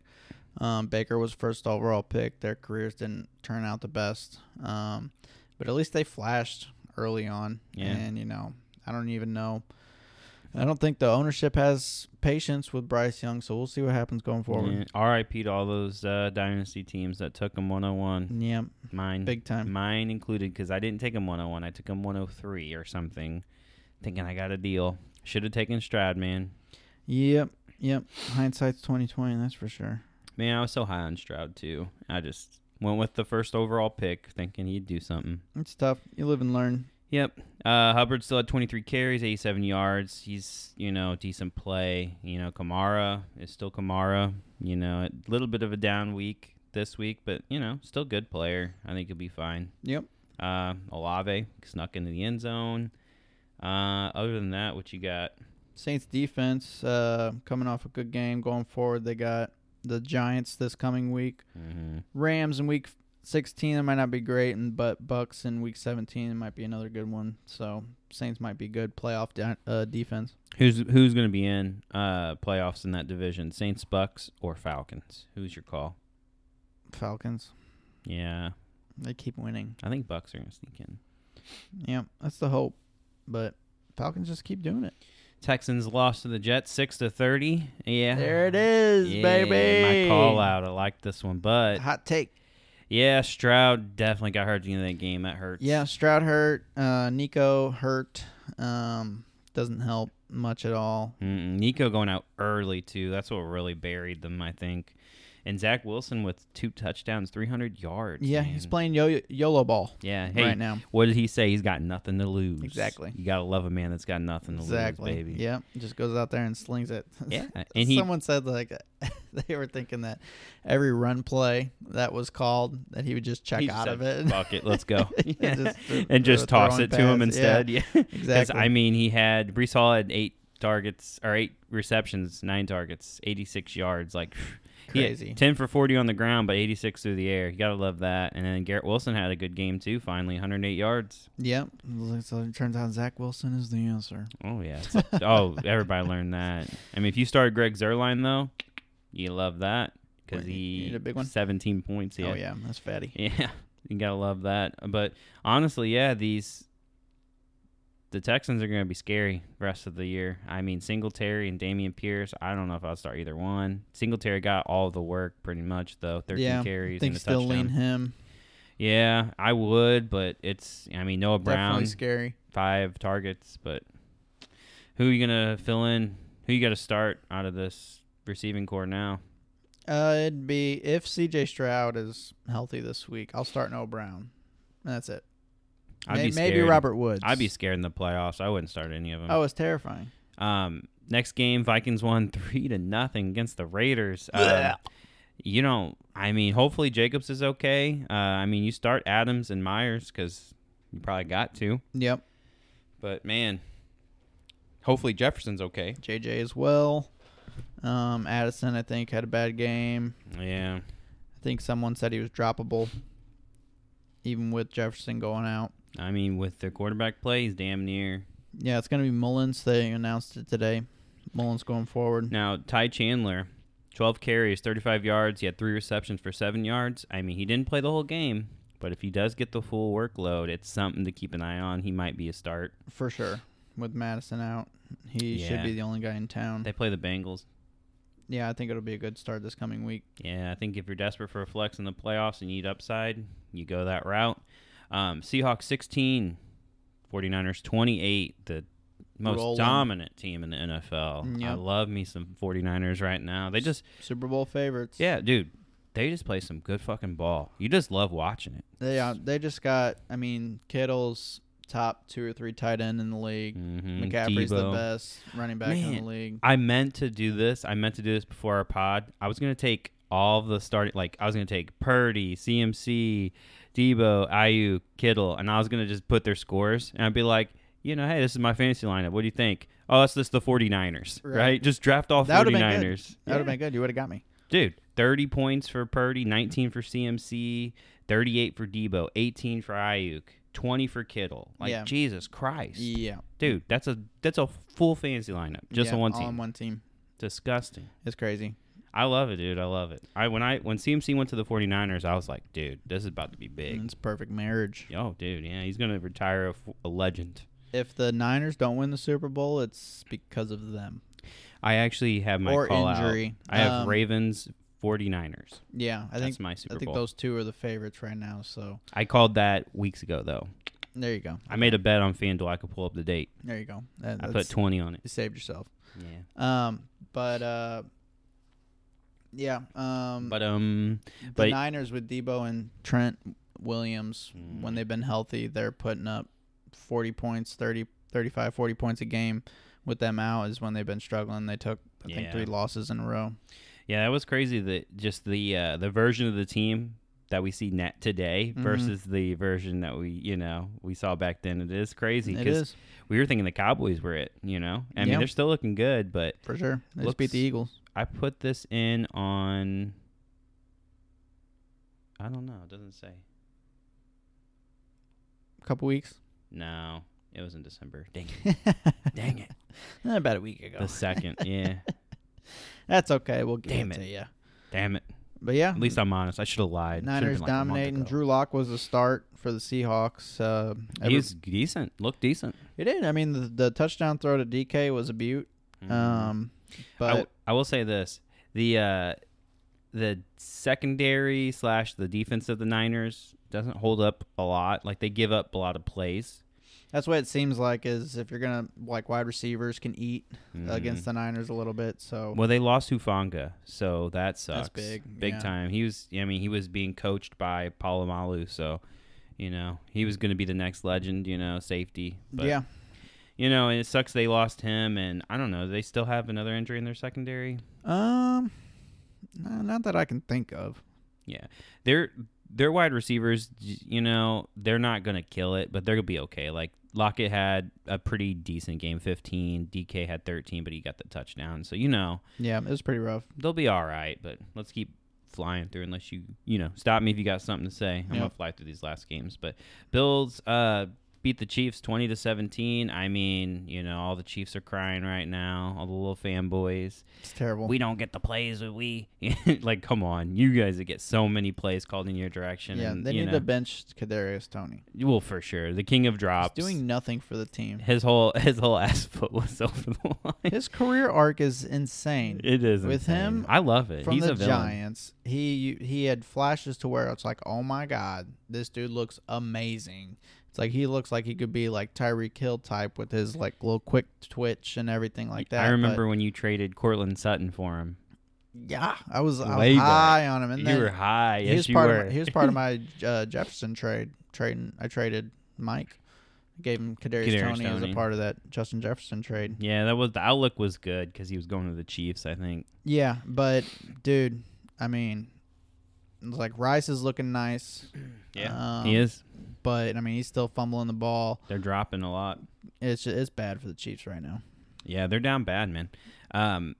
Speaker 3: Um, Baker was first overall pick. Their careers didn't turn out the best. Um, but at least they flashed early on.
Speaker 2: Yeah.
Speaker 3: And, you know, I don't even know. I don't think the ownership has patience with Bryce Young, so we'll see what happens going
Speaker 2: Yeah,
Speaker 3: forward.
Speaker 2: R.I.P. to all those uh, dynasty teams that took him 101.
Speaker 3: Yeah,
Speaker 2: Mine,
Speaker 3: big time.
Speaker 2: mine included, because I didn't take him 101. I took him 103 or something, thinking I got a deal. Should have taken Stroud, man.
Speaker 3: Yep, yep. Hindsight's twenty twenty. That's for sure.
Speaker 2: Man, I was so high on Stroud too. I just went with the first overall pick, thinking he'd do something.
Speaker 3: It's tough. You live and learn.
Speaker 2: Yep. Uh, Hubbard still had 23 carries, 87 yards. He's you know decent play. You know Kamara is still Kamara. You know a little bit of a down week this week, but you know still good player. I think he'll be fine.
Speaker 3: Yep.
Speaker 2: Uh, Olave snuck into the end zone. Uh, other than that, what you got?
Speaker 3: Saints defense uh, coming off a good game. Going forward, they got the Giants this coming week.
Speaker 2: Mm-hmm.
Speaker 3: Rams in week sixteen. It might not be great, and but Bucks in week seventeen it might be another good one. So Saints might be good playoff de- uh, defense.
Speaker 2: Who's who's going to be in uh, playoffs in that division? Saints, Bucks, or Falcons? Who's your call?
Speaker 3: Falcons.
Speaker 2: Yeah,
Speaker 3: They keep winning.
Speaker 2: I think Bucks are going to sneak in.
Speaker 3: Yep, that's the hope. But Falcons just keep doing it.
Speaker 2: Texans lost to the Jets six to thirty. Yeah,
Speaker 3: There it is,
Speaker 2: Yeah,
Speaker 3: baby.
Speaker 2: My call out. I like this one, but
Speaker 3: Hot take.
Speaker 2: yeah, Stroud definitely got hurt at the end of that game. That hurts.
Speaker 3: Yeah, Stroud hurt. Uh, Nico hurt. Um, doesn't help much at all.
Speaker 2: Mm-mm. Nico going out early too. That's what really buried them, I think. And Zach Wilson with two touchdowns, three hundred yards.
Speaker 3: Yeah, he's
Speaker 2: man.
Speaker 3: playing yo- YOLO ball.
Speaker 2: Yeah, hey,
Speaker 3: right now.
Speaker 2: What did he say? He's got nothing to lose.
Speaker 3: Exactly.
Speaker 2: You gotta love a man that's got nothing to
Speaker 3: Exactly.
Speaker 2: lose, baby.
Speaker 3: Yeah, just goes out there and slings it.
Speaker 2: Yeah, and he-
Speaker 3: someone said like they were thinking that every run play that was called that he would just check
Speaker 2: He just
Speaker 3: out
Speaker 2: said,
Speaker 3: of it.
Speaker 2: Fuck it, let's go.
Speaker 3: And just threw-
Speaker 2: and just
Speaker 3: threw a
Speaker 2: toss it to
Speaker 3: throwing
Speaker 2: him
Speaker 3: pass. Yeah,
Speaker 2: instead. Yeah. Because
Speaker 3: exactly.
Speaker 2: I mean he had Brees Hall had eight targets or eight receptions, nine targets, eighty six yards, like he had
Speaker 3: Crazy.
Speaker 2: Ten for forty on the ground, but eighty six through the air. You gotta love that. And then Garrett Wilson had a good game too, finally, hundred and eight yards.
Speaker 3: Yep. So it turns out Zach Wilson is the answer.
Speaker 2: Oh yeah. It's- oh, everybody learned that. I mean, if you started Greg Zerline though, you love that because
Speaker 3: Wait, you
Speaker 2: he
Speaker 3: need a big one?
Speaker 2: seventeen points. Yeah.
Speaker 3: Oh yeah, that's fatty.
Speaker 2: Yeah, you gotta love that. But honestly, yeah, these the Texans are gonna be scary the rest of the year. I mean, Singletary and Damian Pierce. I don't know if I'll start either one. Singletary got all the work pretty much though, thirteen
Speaker 3: yeah,
Speaker 2: carries
Speaker 3: think
Speaker 2: and a
Speaker 3: still
Speaker 2: touchdown.
Speaker 3: lean him.
Speaker 2: Yeah, I would, but it's I mean Noah Brown
Speaker 3: Definitely scary.
Speaker 2: five targets, but who you gonna fill in? Who you got to start out of this receiving core now?
Speaker 3: Uh, it'd be if CJ Stroud is healthy this week, I'll start Noah Brown. And that's it.
Speaker 2: I'd
Speaker 3: May-
Speaker 2: be
Speaker 3: maybe
Speaker 2: scared.
Speaker 3: Robert Woods.
Speaker 2: I'd be scared in the playoffs. I wouldn't start any of them.
Speaker 3: Oh, it's terrifying.
Speaker 2: Um, next game, Vikings won three to nothing against the Raiders. Um, you don't. I mean, hopefully Jacobs is okay. Uh, I mean, you start Adams and Myers because you probably got to.
Speaker 3: Yep.
Speaker 2: But man, hopefully Jefferson's okay.
Speaker 3: JJ as well. Um, Addison, I think, had a bad game.
Speaker 2: Yeah.
Speaker 3: I think someone said he was droppable, even with Jefferson going out.
Speaker 2: I mean, with their quarterback play, he's damn near.
Speaker 3: Yeah, it's going to be Mullins. They announced it today. Mullins going forward.
Speaker 2: Now, Ty Chandler, 12 carries, 35 yards. He had three receptions for seven yards. I mean, he didn't play the whole game, but if he does get the full workload, it's something to keep an eye on. He might be a start.
Speaker 3: For sure. With Madison out, he should
Speaker 2: Yeah.
Speaker 3: be the only guy in town.
Speaker 2: They play the Bengals.
Speaker 3: yeah, I think it'll be a good start this coming week.
Speaker 2: Yeah, I think if you're desperate for a flex in the playoffs and you need upside, you go that route. Um, Seahawks 16, 49ers 28, the most
Speaker 3: Rolling.
Speaker 2: dominant team in the NFL. I
Speaker 3: Yep.
Speaker 2: love me some 49ers right now. They just,
Speaker 3: Super Bowl favorites.
Speaker 2: yeah, dude, they just play some good fucking ball. You just love watching it.
Speaker 3: They uh, they just got, I mean, Kittle's top two or three tight end in the league.
Speaker 2: Mm-hmm.
Speaker 3: McCaffrey's the best running back in
Speaker 2: Man.
Speaker 3: the league.
Speaker 2: I meant to do this. I meant to do this before our pod. I was gonna take all the starting, like I was gonna take Purdy, CMC, Debo, IU, Kittle, and I was gonna just put their scores, and I'd be like, you know, hey, this is my fantasy lineup. What do you think? Oh, that's just the 49ers, right?
Speaker 3: Right.
Speaker 2: Just draft all
Speaker 3: That would've
Speaker 2: 49ers.
Speaker 3: been good. That would have been good. You would have got me.
Speaker 2: Dude, 30 points for Purdy, 19 for CMC, 38 for Debo, 18 for Ayuk, 20 for Kittle. Like
Speaker 3: Yeah.
Speaker 2: Jesus Christ.
Speaker 3: Yeah.
Speaker 2: Dude, that's a that's a full fantasy lineup just
Speaker 3: Yeah, um,
Speaker 2: on one
Speaker 3: all
Speaker 2: team.
Speaker 3: On one team.
Speaker 2: Disgusting.
Speaker 3: It's crazy.
Speaker 2: I love it, dude. I love it. I when I when CMC went to the 49ers, I was like, dude, this is about to be
Speaker 3: And
Speaker 2: big.
Speaker 3: It's perfect marriage.
Speaker 2: Oh, dude, yeah, he's gonna retire a, f- a legend.
Speaker 3: If the Niners don't win the Super Bowl, it's because of them.
Speaker 2: I actually have my
Speaker 3: Or
Speaker 2: call
Speaker 3: injury.
Speaker 2: out. I have
Speaker 3: Um,
Speaker 2: Ravens 49ers.
Speaker 3: Yeah, I
Speaker 2: That's
Speaker 3: think
Speaker 2: my Super
Speaker 3: I think
Speaker 2: Bowl.
Speaker 3: those two are the favorites right now. So
Speaker 2: I called that weeks ago though.
Speaker 3: there you go.
Speaker 2: I made a bet on FanDuel. I could pull up the date.
Speaker 3: There you go. That-
Speaker 2: I put
Speaker 3: that's-
Speaker 2: 20 on it.
Speaker 3: you saved yourself.
Speaker 2: Yeah.
Speaker 3: Um, but uh, yeah. Um,
Speaker 2: But um
Speaker 3: the
Speaker 2: but-
Speaker 3: Niners with Debo and Trent Williams,
Speaker 2: Mm.
Speaker 3: when they've been healthy, they're putting up 40 points, 30, 35, 40 points a game. With them out is when they've been struggling. They took I think
Speaker 2: Yeah.
Speaker 3: three losses in a row.
Speaker 2: yeah, that was crazy that just the uh the version of the team that we see net today
Speaker 3: Mm-hmm.
Speaker 2: versus the version that we, you know, we saw back then. It is crazy
Speaker 3: It
Speaker 2: 'cause
Speaker 3: is
Speaker 2: we were thinking the Cowboys were it, you know? I mean,
Speaker 3: Yeah.
Speaker 2: they're still looking good, but
Speaker 3: for sure. They
Speaker 2: Looks-
Speaker 3: just beat the Eagles.
Speaker 2: I put this in on. I don't know. It doesn't say.
Speaker 3: A couple weeks.
Speaker 2: No, it was in December. Dang it.
Speaker 3: Dang
Speaker 2: Dang it.
Speaker 3: Eh, About a week ago.
Speaker 2: The second. Yeah.
Speaker 3: That's okay. We'll give
Speaker 2: Damn
Speaker 3: it,
Speaker 2: it.
Speaker 3: to you.
Speaker 2: Damn it.
Speaker 3: But yeah,
Speaker 2: At least I'm honest. I should have lied. Should've
Speaker 3: Um, Niners
Speaker 2: been like a month
Speaker 3: dominating.
Speaker 2: ago.
Speaker 3: Drew Lock was the start for the Seahawks. Uh, every-
Speaker 2: He's decent. Looked decent.
Speaker 3: it did. I mean, the, the touchdown throw to DK was a beaut. Um,
Speaker 2: Mm-hmm. I,
Speaker 3: but
Speaker 2: w- I will say this: the uh, the secondary slash the defense of the Niners doesn't hold up a lot. Like they give up a lot of plays.
Speaker 3: that's what it seems like is if you're gonna like wide receivers can eat against the Niners a little bit. So
Speaker 2: Mm-hmm. Well, they lost Hufanga, so that sucks.
Speaker 3: big,
Speaker 2: big
Speaker 3: yeah.
Speaker 2: time. He was, I mean, he was being coached by Palomalu, so you know he was going to be the next legend. You know, safety. But,
Speaker 3: yeah,
Speaker 2: You know, and it sucks they lost him, and I don't know. They still have another injury in their secondary.
Speaker 3: um, no, not that I can think of.
Speaker 2: Yeah, their their wide receivers, j- you know, they're not going to kill it, but they're going to be okay. Like Lockett had a pretty decent game, fifteen. DK had thirteen, but he got the touchdown. So you know,
Speaker 3: Yeah, it was pretty rough.
Speaker 2: they'll be all right, but let's keep flying through unless you, you know, stop me if you got something to say. I'm going
Speaker 3: Yep.
Speaker 2: to fly through these last games, but Bills uh beat the Chiefs 20 to 17. I mean, you know, all the Chiefs are crying right now, all the little fanboys.
Speaker 3: It's terrible.
Speaker 2: We don't get the plays that we like come on. You guys get so many plays called in your direction
Speaker 3: yeah,
Speaker 2: and
Speaker 3: they
Speaker 2: you
Speaker 3: need
Speaker 2: know,
Speaker 3: to bench Kadarius Tony.
Speaker 2: well for sure. The king of
Speaker 3: He's
Speaker 2: drops.
Speaker 3: doing nothing for the team.
Speaker 2: his whole his whole ass foot was over the line.
Speaker 3: His career arc is insane.
Speaker 2: It is
Speaker 3: With
Speaker 2: insane.
Speaker 3: him
Speaker 2: I love it.
Speaker 3: From
Speaker 2: He's
Speaker 3: the
Speaker 2: a villain.
Speaker 3: Giants, he he had flashes to where it's like, oh my god, this dude looks amazing. It's like he looks like he could be like Tyreek Hill type with his like little quick twitch and everything like that.
Speaker 2: I
Speaker 3: but-
Speaker 2: remember when you traded Cortland Sutton for him.
Speaker 3: yeah, I was, I
Speaker 2: Way
Speaker 3: was
Speaker 2: back.
Speaker 3: high on him. And
Speaker 2: You
Speaker 3: then
Speaker 2: were high.
Speaker 3: he
Speaker 2: Yes,
Speaker 3: was
Speaker 2: you
Speaker 3: part
Speaker 2: were.
Speaker 3: Of my, he was part of my uh, Jefferson trade. Trading, I traded Mike. Gave him Kadarius,
Speaker 2: Kadarius
Speaker 3: Tony, as
Speaker 2: Toney.
Speaker 3: a part of that Justin Jefferson trade.
Speaker 2: yeah, that was the outlook was good because he was going to the Chiefs. I think.
Speaker 3: Yeah, but dude, I mean, it's like Rice is looking nice. um,
Speaker 2: he is.
Speaker 3: but I mean he's still fumbling the ball.
Speaker 2: They're dropping a lot.
Speaker 3: It's just, it's bad for the Chiefs right now.
Speaker 2: Yeah, they're down bad, man. Um,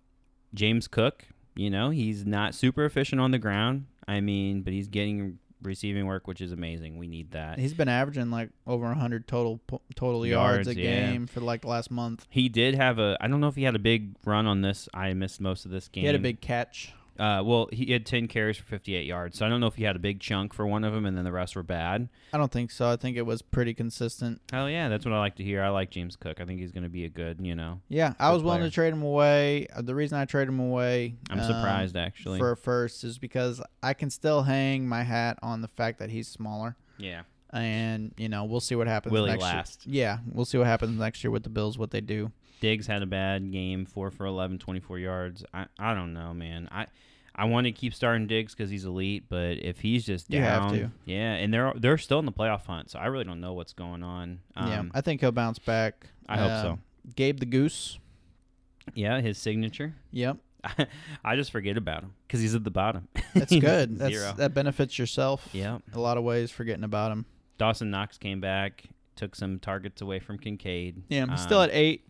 Speaker 2: James Cook, you know, he's not super efficient on the ground. I mean, but he's getting receiving work, which is amazing. We need that.
Speaker 3: He's been averaging like over 100 total po- total yards,
Speaker 2: Yards,
Speaker 3: a
Speaker 2: yeah.
Speaker 3: game for like the last month.
Speaker 2: He did have a. I don't know if he had a big run on this. I missed most of this game.
Speaker 3: He had a big catch.
Speaker 2: Uh, well, he had ten carries for fifty-eight yards. So I don't know if he had a big chunk for one of them, and then the rest were bad.
Speaker 3: I don't think so. I think it was pretty consistent.
Speaker 2: Hell yeah, that's what I like to hear. I like James Cook. I think he's going to be a good. You know,
Speaker 3: Yeah, I
Speaker 2: Good
Speaker 3: was willing
Speaker 2: player.
Speaker 3: to trade him away. Uh, The reason I traded him away,
Speaker 2: I'm
Speaker 3: um,
Speaker 2: surprised actually.
Speaker 3: for a first is because I can still hang my hat on the fact that he's smaller.
Speaker 2: yeah,
Speaker 3: And you know we'll see what happens.
Speaker 2: Will he
Speaker 3: next year.
Speaker 2: last?
Speaker 3: Yeah, we'll see what happens next year with the Bills, what they do.
Speaker 2: Diggs had a bad game, four for 11, 24 yards. I, I don't know, man. I I want to keep starting Diggs because he's elite, but if he's just down,
Speaker 3: You have to.
Speaker 2: yeah, and they're they're still in the playoff hunt, so I really don't know what's going on. Um,
Speaker 3: yeah, I think he'll bounce back. Uh,
Speaker 2: I hope so.
Speaker 3: Gabe the Goose.
Speaker 2: yeah, his signature.
Speaker 3: Yep,
Speaker 2: I just forget about him because he's at the bottom.
Speaker 3: that's good. That's
Speaker 2: Zero.
Speaker 3: that benefits yourself.
Speaker 2: yeah.
Speaker 3: a lot of ways forgetting about him.
Speaker 2: Dawson Knox came back, took some targets away from Kincaid.
Speaker 3: Yeah, he's still
Speaker 2: Um,
Speaker 3: at eight.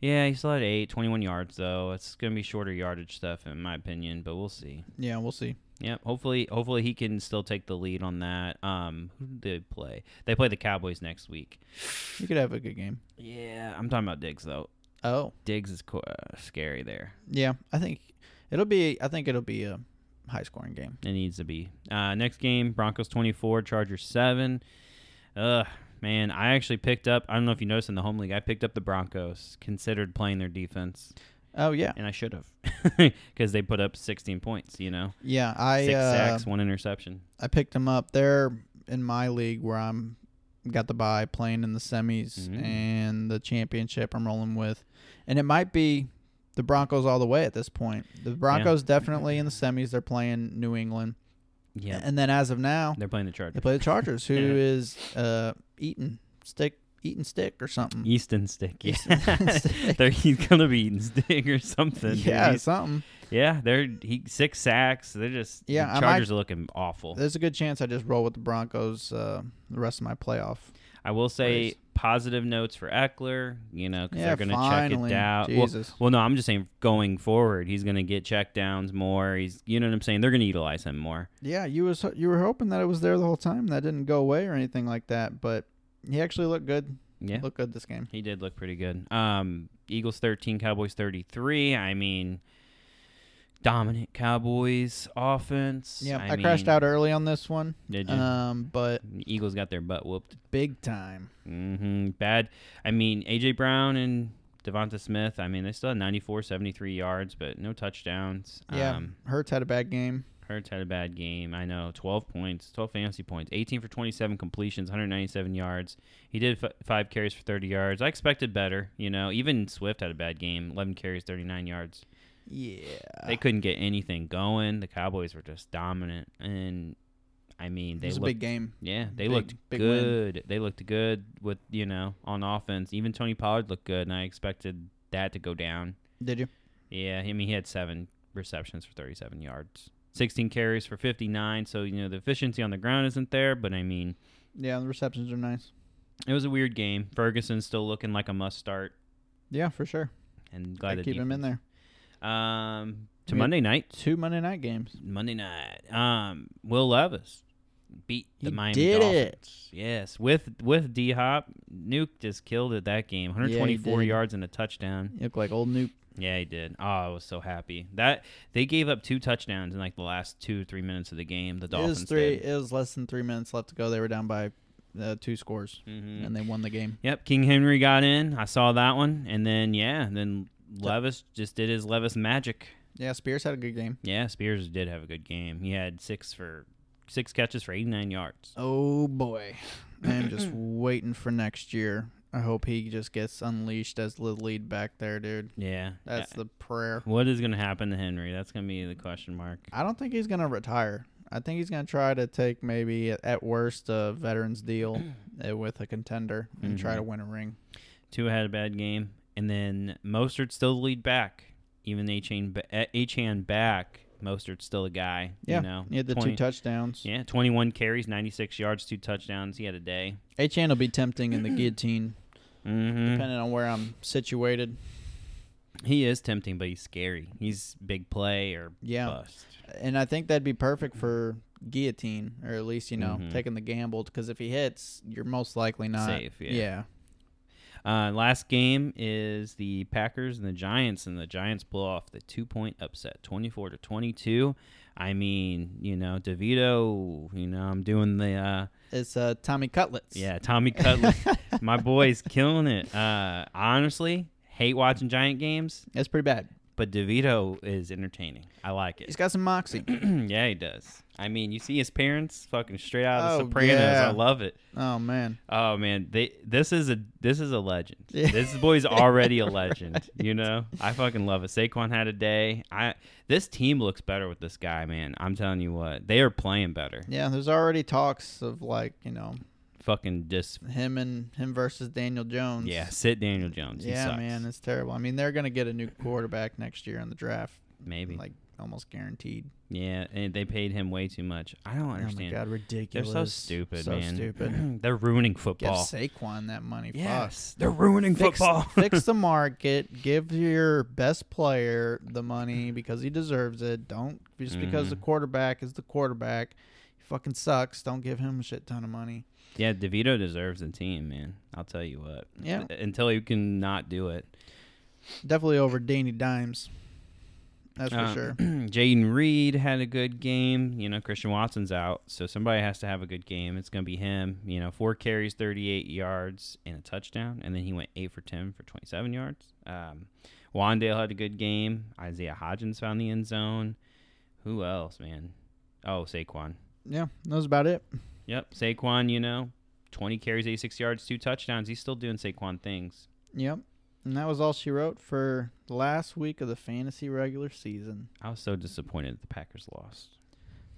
Speaker 2: Yeah, he's still at eight, 21 yards though. It's gonna be shorter yardage stuff in my opinion, but we'll see.
Speaker 3: Yeah, we'll see.
Speaker 2: Yep. Hopefully, hopefully he can still take the lead on that. Um, who did they play? They play the Cowboys next week.
Speaker 3: You could have a good game.
Speaker 2: Yeah, I'm talking about Diggs though.
Speaker 3: Oh,
Speaker 2: Diggs is co- uh, scary there.
Speaker 3: yeah. I think it'll be. I think it'll be a high scoring game.
Speaker 2: It needs to be. Uh, next game, Broncos 24, Chargers 7. Ugh, man, I actually picked up. I don't know if you noticed in the home league, I picked up the Broncos, considered playing their defense,
Speaker 3: Oh yeah,
Speaker 2: and I should have because they put up 16 points. You know,
Speaker 3: yeah. I
Speaker 2: six
Speaker 3: uh,
Speaker 2: sacks, one interception.
Speaker 3: I picked him up. They're in my league where I'm got the bye playing in the semis
Speaker 2: Mhm.
Speaker 3: and the championship I'm rolling with. And it might be the Broncos all the way at this point. The Broncos definitely in the semis. They're playing New England.
Speaker 2: Yeah,
Speaker 3: And then as of now,
Speaker 2: they're playing the
Speaker 3: they
Speaker 2: Chargers.
Speaker 3: play the Chargers, who
Speaker 2: Yeah.
Speaker 3: is uh eating stick eating stick or something.
Speaker 2: Easton stick. Yeah.
Speaker 3: Easton stick.
Speaker 2: They're- he's gonna be eating stick or something. dude.
Speaker 3: yeah,
Speaker 2: He's-
Speaker 3: something.
Speaker 2: yeah. They're he six sacks. They're just
Speaker 3: Yeah,
Speaker 2: The
Speaker 3: I might-
Speaker 2: Chargers are looking awful.
Speaker 3: There's a good chance I just roll with the Broncos uh, the rest of my playoff.
Speaker 2: I will say
Speaker 3: Raise.
Speaker 2: positive notes for Eckler. You know, because
Speaker 3: Yeah,
Speaker 2: they're gonna
Speaker 3: finally.
Speaker 2: check it out. Well,
Speaker 3: Jesus.
Speaker 2: well, no, I'm just saying going forward, he's gonna get check downs more. He's you know what I'm saying. They're gonna utilize him more.
Speaker 3: Yeah, you was you were hoping that it was there the whole time. That didn't go away or anything like that. But he actually looked good.
Speaker 2: Yeah.
Speaker 3: looked good this game.
Speaker 2: He did look pretty good. Um, Eagles 13, Cowboys 33. I mean, dominant Cowboys offense.
Speaker 3: Yeah, I,
Speaker 2: mean,
Speaker 3: crashed out early on this one.
Speaker 2: Did you?
Speaker 3: Um, but
Speaker 2: Eagles got their butt whooped.
Speaker 3: big time.
Speaker 2: hmm Bad. I mean, AJ Brown and Devonta Smith. I mean, they still had 94, 73 yards, but no touchdowns.
Speaker 3: Yeah,
Speaker 2: Um,
Speaker 3: Hurts had a bad game.
Speaker 2: Hurts had a bad game. I know. 12 points, 12 fantasy points, 18 for 27 completions, 197 yards. He did f- five carries for 30 yards. I expected better. You know, even Swift had a bad game. 11 carries, 39 yards.
Speaker 3: Yeah, Ah.
Speaker 2: They couldn't get anything going. The Cowboys were just dominant, and I mean,
Speaker 3: it
Speaker 2: they
Speaker 3: was a
Speaker 2: looked
Speaker 3: big game.
Speaker 2: yeah, they
Speaker 3: Big-
Speaker 2: looked
Speaker 3: big win.
Speaker 2: good. They looked good with you know on offense. Even Tony Pollard looked good, and I expected that to go down.
Speaker 3: Did you?
Speaker 2: Yeah, I mean he had seven receptions for 37 yards, 16 carries for 59. So you know the efficiency on the ground isn't there, but I mean
Speaker 3: Yeah, the receptions are nice.
Speaker 2: it was a weird game. Ferguson's still looking like a must start,
Speaker 3: Yeah, for sure.
Speaker 2: and glad
Speaker 3: Gotta
Speaker 2: to
Speaker 3: keep him in there.
Speaker 2: there. Um, to
Speaker 3: We-
Speaker 2: Monday night.
Speaker 3: Two Monday night games.
Speaker 2: Monday night. Um, Will Levis. beat the
Speaker 4: You
Speaker 2: Miami
Speaker 4: did
Speaker 2: Dolphins. Yes, with with D Hop, Nuke just killed it that game. 124
Speaker 4: did.
Speaker 2: yards and a touchdown.
Speaker 3: You look like old Nuke.
Speaker 2: Yeah, he did. Oh, I was so happy that they gave up two touchdowns in like the last two three minutes of the game. The
Speaker 3: It
Speaker 2: Dolphins
Speaker 3: was three.
Speaker 2: did.
Speaker 3: It was less than three minutes left to go. They were down by uh, two scores,
Speaker 2: Mhm.
Speaker 3: and they won the game.
Speaker 2: Yep, King Henry got in. I saw that one, and then yeah, and then Levis just did his Levis magic.
Speaker 3: Yeah, Spears had a good game.
Speaker 2: Yeah, Spears did have a good game. He had six for six catches for 89 yards.
Speaker 3: Oh boy, I'm just waiting for next year. I hope he just gets unleashed as the lead back there, dude.
Speaker 2: Yeah,
Speaker 3: That's
Speaker 2: Uh,
Speaker 3: the prayer.
Speaker 2: what is going to happen to Henry? That's going to be the question mark.
Speaker 3: I don't think he's gonna retire. I think he's gonna try to take maybe at- at worst a veterans deal uh, with a contender and try to
Speaker 2: Mm-hmm.
Speaker 3: win a ring.
Speaker 2: Tua had a bad game, and then Mostert's still the lead back. Even Achan ba- eh, Achan back, Mostert's still a guy.
Speaker 3: Yeah,
Speaker 2: you know,
Speaker 3: he had the
Speaker 2: 20
Speaker 3: two touchdowns.
Speaker 2: Yeah, 21 carries, 96 yards, two touchdowns. He had a day.
Speaker 3: Achan will be tempting in the guillotine,
Speaker 2: Mm-hmm.
Speaker 3: depending on where I'm situated.
Speaker 2: He is tempting, but he's scary. He's big play or
Speaker 3: Yeah.
Speaker 2: bust.
Speaker 3: and I think that'd be perfect for guillotine, or at least you know
Speaker 2: Mhm.
Speaker 3: taking the gamble because if he hits, you're most likely not
Speaker 2: Safe, yeah.
Speaker 3: yeah.
Speaker 2: Uh, last game is the Packers and the Giants, and the Giants blow off the two point upset, twenty four to twenty two. I mean, you know, Devito. You know, I'm doing the uh,
Speaker 3: It's uh, Tommy Cutlets.
Speaker 2: yeah, Tommy Cutler. my boy's killing it. Uh, honestly, hate watching Giant games,
Speaker 3: that's pretty bad.
Speaker 2: but Devito is entertaining. I like
Speaker 3: He's
Speaker 2: it.
Speaker 3: got some moxie.
Speaker 2: yeah, he does. I mean, you see his parents, fucking straight out of
Speaker 3: Oh,
Speaker 2: The Sopranos.
Speaker 3: yeah.
Speaker 2: I love it.
Speaker 3: oh man,
Speaker 2: Oh man, they this is a this is a legend.
Speaker 3: Yeah.
Speaker 2: This boy's already a legend. You know, I fucking love it. Saquon had a day. I this team looks better with this guy, man. I'm telling you what, they are playing better.
Speaker 3: yeah. There's already talks of like you know
Speaker 2: Fucking just
Speaker 3: him and him versus Daniel Jones.
Speaker 2: yeah, sit Daniel Jones. He
Speaker 3: yeah,
Speaker 2: sucks.
Speaker 3: man, it's terrible. I mean, they're gonna get a new quarterback next year in the draft,
Speaker 2: Maybe
Speaker 3: like almost guaranteed.
Speaker 2: yeah, and they paid him way too much. I don't
Speaker 3: Oh my
Speaker 2: understand.
Speaker 3: god,
Speaker 2: they're
Speaker 3: ridiculous!
Speaker 2: so stupid,
Speaker 3: so
Speaker 2: man.
Speaker 3: stupid.
Speaker 2: they're ruining
Speaker 3: Give
Speaker 2: football.
Speaker 3: Saquon that money. Fuck.
Speaker 2: Yes, they're ruining
Speaker 3: fix,
Speaker 2: football.
Speaker 3: fix the market. Give your best player the money because he deserves it. Don't just because
Speaker 2: Mm-hmm.
Speaker 3: the quarterback is the quarterback, he fucking sucks. Don't give him a shit ton of money.
Speaker 2: yeah, Devito deserves a team, man. I'll tell you what.
Speaker 3: Yeah.
Speaker 2: until he can not do it.
Speaker 3: Definitely over Danny Dimes. That's for
Speaker 2: Uh,
Speaker 3: sure.
Speaker 2: Jaden Reed had a good game. You know, Christian Watson's out, so somebody has to have a good game. It's going to be him. You know, four carries, 38 yards, and a touchdown. And then he went eight for 10 for 27 yards. Um, Wandale had a good game. Isaiah Hodgins found the end zone. Who else, man? Oh, Saquon.
Speaker 3: Yeah, that's about it.
Speaker 2: Yep, Saquon, you know, 20 carries, 86 yards, two touchdowns. He's still doing Saquon things.
Speaker 3: Yep. And that was all she wrote for the last week of the fantasy regular season.
Speaker 2: I was so disappointed that the Packers lost.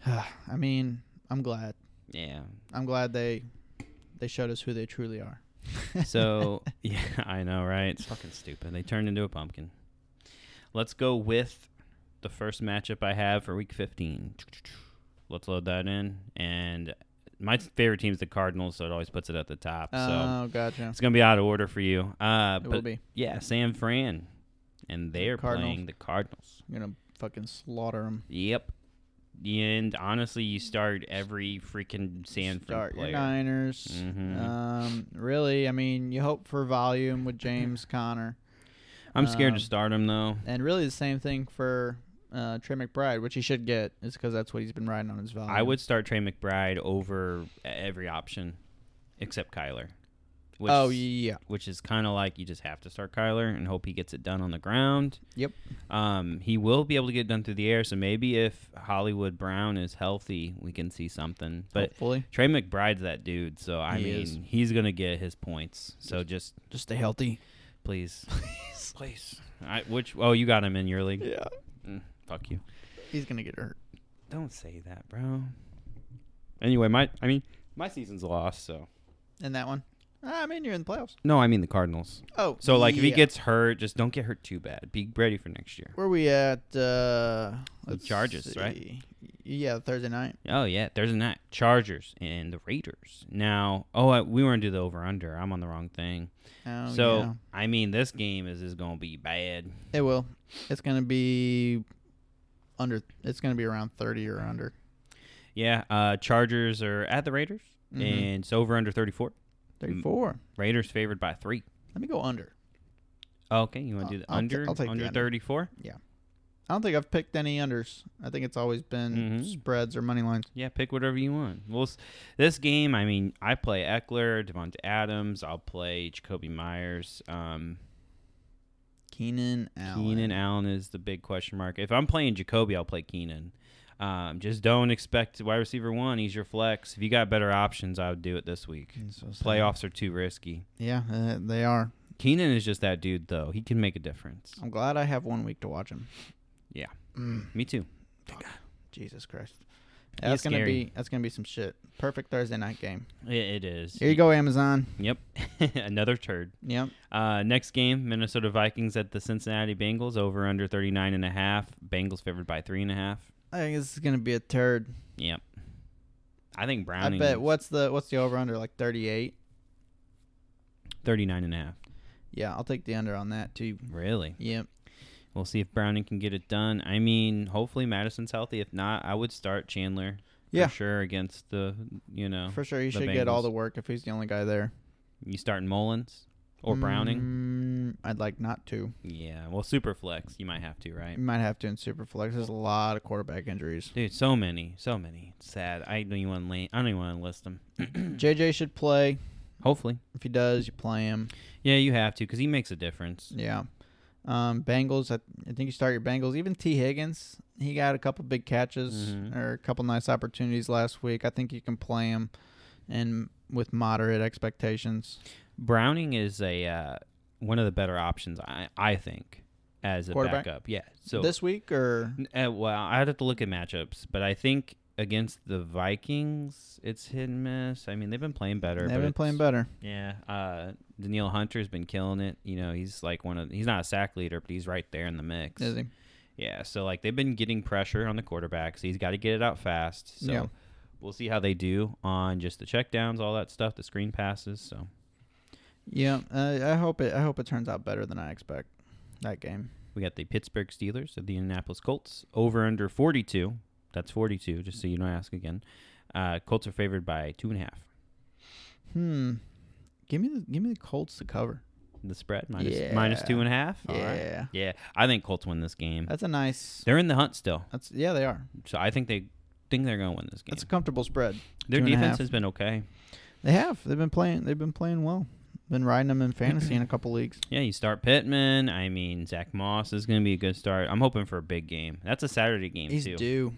Speaker 3: I mean, I'm glad.
Speaker 2: Yeah,
Speaker 3: I'm glad they they showed us who they truly are.
Speaker 2: So yeah, I know, right? It's fucking stupid. They turned into a pumpkin. Let's go with the first matchup I have for week fifteen. Let's load that in. And my favorite team's the Cardinals, so it always puts it at the top. So
Speaker 3: oh, gotcha.
Speaker 2: it's gonna be out of order for you. Uh
Speaker 3: It
Speaker 2: but
Speaker 3: will be.
Speaker 2: yeah, Sam Fran. And they're
Speaker 3: Cardinals.
Speaker 2: playing the Cardinals.
Speaker 3: I'm gonna fucking slaughter them.
Speaker 2: Yep. And honestly, you start every freaking San Fran
Speaker 3: start your
Speaker 2: player.
Speaker 3: Niners.
Speaker 2: Mhm.
Speaker 3: Um, really, I mean, you hope for volume with James Conner,
Speaker 2: I'm scared
Speaker 3: Um,
Speaker 2: to start him though.
Speaker 3: and really the same thing for uh, Trey McBride, which he should get, is because that's what he's been riding on his volume.
Speaker 2: I would start Trey McBride over e-, every option except Kyler. Which,
Speaker 3: oh yeah,
Speaker 2: Which is kind of like you just have to start Kyler and hope he gets it done on the ground.
Speaker 3: yep.
Speaker 2: Um, he will be able to get it done through the air, so maybe if Hollywood Brown is healthy, we can see something. But
Speaker 3: Hopefully,
Speaker 2: Trey McBride's that dude, so I
Speaker 3: He
Speaker 2: mean,
Speaker 3: is.
Speaker 2: he's gonna get his points. So just
Speaker 3: just stay healthy.
Speaker 2: please, please, please. I, which oh, you got him in your league.
Speaker 3: Yeah,
Speaker 2: Mm, fuck you.
Speaker 3: he's gonna get hurt.
Speaker 2: Don't say that, bro. Anyway, my I mean my season's lost, so
Speaker 3: In that one, Ah, I mean, you're in the playoffs.
Speaker 2: no, I mean the Cardinals.
Speaker 3: Oh,
Speaker 2: So like if he
Speaker 3: yeah.
Speaker 2: gets hurt, just don't get hurt too bad. Be ready for next year.
Speaker 3: where we at? Uh, let's
Speaker 2: Chargers, right?
Speaker 3: see. Yeah, Thursday night.
Speaker 2: Oh yeah, there's a night Chargers and the Raiders. Now, oh, I, we weren't do the over under. I'm on the wrong thing.
Speaker 3: Oh,
Speaker 2: so
Speaker 3: yeah.
Speaker 2: I mean, this game is is gonna be bad.
Speaker 3: It will. It's gonna be under. It's gonna be around thirty or under.
Speaker 2: Yeah, uh, Chargers are at the Raiders,
Speaker 3: Mm-hmm.
Speaker 2: and it's over under 34.
Speaker 3: 34.
Speaker 2: Raiders favored by three.
Speaker 3: Let me go under.
Speaker 2: Okay, you want
Speaker 3: I'll-
Speaker 2: to do the
Speaker 3: Uh, I'll ta-
Speaker 2: under
Speaker 3: I'll take the
Speaker 2: under
Speaker 3: under.
Speaker 2: 34?
Speaker 3: I don't think I've picked any unders. I think it's always been
Speaker 2: Mhm.
Speaker 3: spreads or money lines.
Speaker 2: Yeah, pick whatever you want. Well, s- this game, I mean, I play Eckler, Devonta Adams. I'll play Jacoby Myers. Um,
Speaker 3: Keenan Allen.
Speaker 2: Keenan Allen is the big question mark. If I'm playing Jacoby, I'll play Keenan. Um, just don't expect wide receiver one. He's your flex. If you got better options, I would do it this week.
Speaker 3: That's so sad.
Speaker 2: Playoffs are too risky.
Speaker 3: Yeah, uh, they are.
Speaker 2: Keenan is just that dude, though. He can make a difference.
Speaker 3: I'm glad I have one week to watch him.
Speaker 2: Yeah.
Speaker 3: Mm,
Speaker 2: Me too.
Speaker 3: Jesus Christ. That's
Speaker 2: is
Speaker 3: gonna
Speaker 2: scary.
Speaker 3: be that's gonna be some shit. Perfect Thursday night game.
Speaker 2: It, it is.
Speaker 3: Here you go, Amazon.
Speaker 2: Yep. Another turd.
Speaker 3: Yep.
Speaker 2: Uh, next game, Minnesota Vikings at the Cincinnati Bengals over under 39 and a half. Bengals favored by three and a half.
Speaker 3: I think this is gonna be a turd.
Speaker 2: Yep. I think
Speaker 3: I,
Speaker 2: Browning
Speaker 3: bet what's the what's the over under like 38?
Speaker 2: 39 and a half.
Speaker 3: Yeah, I'll take the under on that too.
Speaker 2: Really?
Speaker 3: Yep.
Speaker 2: We'll see if Browning can get it done. I mean, hopefully Madison's healthy. If not, I would start Chandler.
Speaker 3: Yeah.
Speaker 2: For sure against the, you know,
Speaker 3: For sure, he
Speaker 2: Oh, the
Speaker 3: should get all
Speaker 2: Bengals.
Speaker 3: the work if he's the only guy there.
Speaker 2: you starting Mullins or Browning.
Speaker 3: Mm, I'd like not to.
Speaker 2: Yeah. Well, super flex. You might have to, right?
Speaker 3: You might have to in Superflex. There's a lot of quarterback injuries.
Speaker 2: Dude, so many, so many. It's sad. I don't even want to. I don't even want to list them. Hmm.
Speaker 3: JJ should play.
Speaker 2: Hopefully,
Speaker 3: If he does, you play him.
Speaker 2: yeah, you have to because he makes a difference.
Speaker 3: Yeah. Um, Bengals. I, I think you start your Bengals. Even T. Higgins. He got a couple big catches
Speaker 2: Mhm.
Speaker 3: or a couple nice opportunities last week. I think you can play him, and with moderate expectations.
Speaker 2: Browning is a uh, one of the better options, I I think, as a
Speaker 3: Quarterback?
Speaker 2: backup. Yeah. So
Speaker 3: this week or
Speaker 2: N- Uh, well, I'd have to look at matchups, but I think against the Vikings, it's hit and miss. I mean, they've been playing better.
Speaker 3: they've
Speaker 2: but
Speaker 3: been playing
Speaker 2: it's-
Speaker 3: better.
Speaker 2: Yeah. Uh, Daniil Hunter's been killing it. You know, he's like one of. He's not a sack leader, but he's right there in the mix.
Speaker 3: Is he?
Speaker 2: Yeah, so like they've been getting pressure on the quarterbacks. He's got to get it out fast. So
Speaker 3: Yeah.
Speaker 2: we'll see how they do on just the checkdowns, all that stuff, the screen passes. So
Speaker 3: Yeah. Uh, I hope it. I hope it turns out better than I expect. That game.
Speaker 2: we got the Pittsburgh Steelers of the Indianapolis Colts over under 42. That's 42, just so you don't ask again. Uh, Colts are favored by two and a half.
Speaker 3: Hmm. Give me the give me the Colts to cover.
Speaker 2: The spread minus, minus
Speaker 3: Yeah.
Speaker 2: two and a half. All right.
Speaker 3: Yeah.
Speaker 2: Yeah. I think Colts win this game.
Speaker 3: That's a nice.
Speaker 2: They're in the hunt still.
Speaker 3: That's yeah, they are.
Speaker 2: So I think they think they're going to win this game.
Speaker 3: That's a comfortable spread.
Speaker 2: Their
Speaker 3: two and a
Speaker 2: defense
Speaker 3: half.
Speaker 2: has been okay.
Speaker 3: They have. They've been playing. They've been playing well. Been riding them in fantasy in a couple leagues.
Speaker 2: Yeah, you start Pittman. I mean, Zach Moss is going to be a good start. I'm hoping for a big game. That's a Saturday game
Speaker 3: He's
Speaker 2: too.
Speaker 3: due.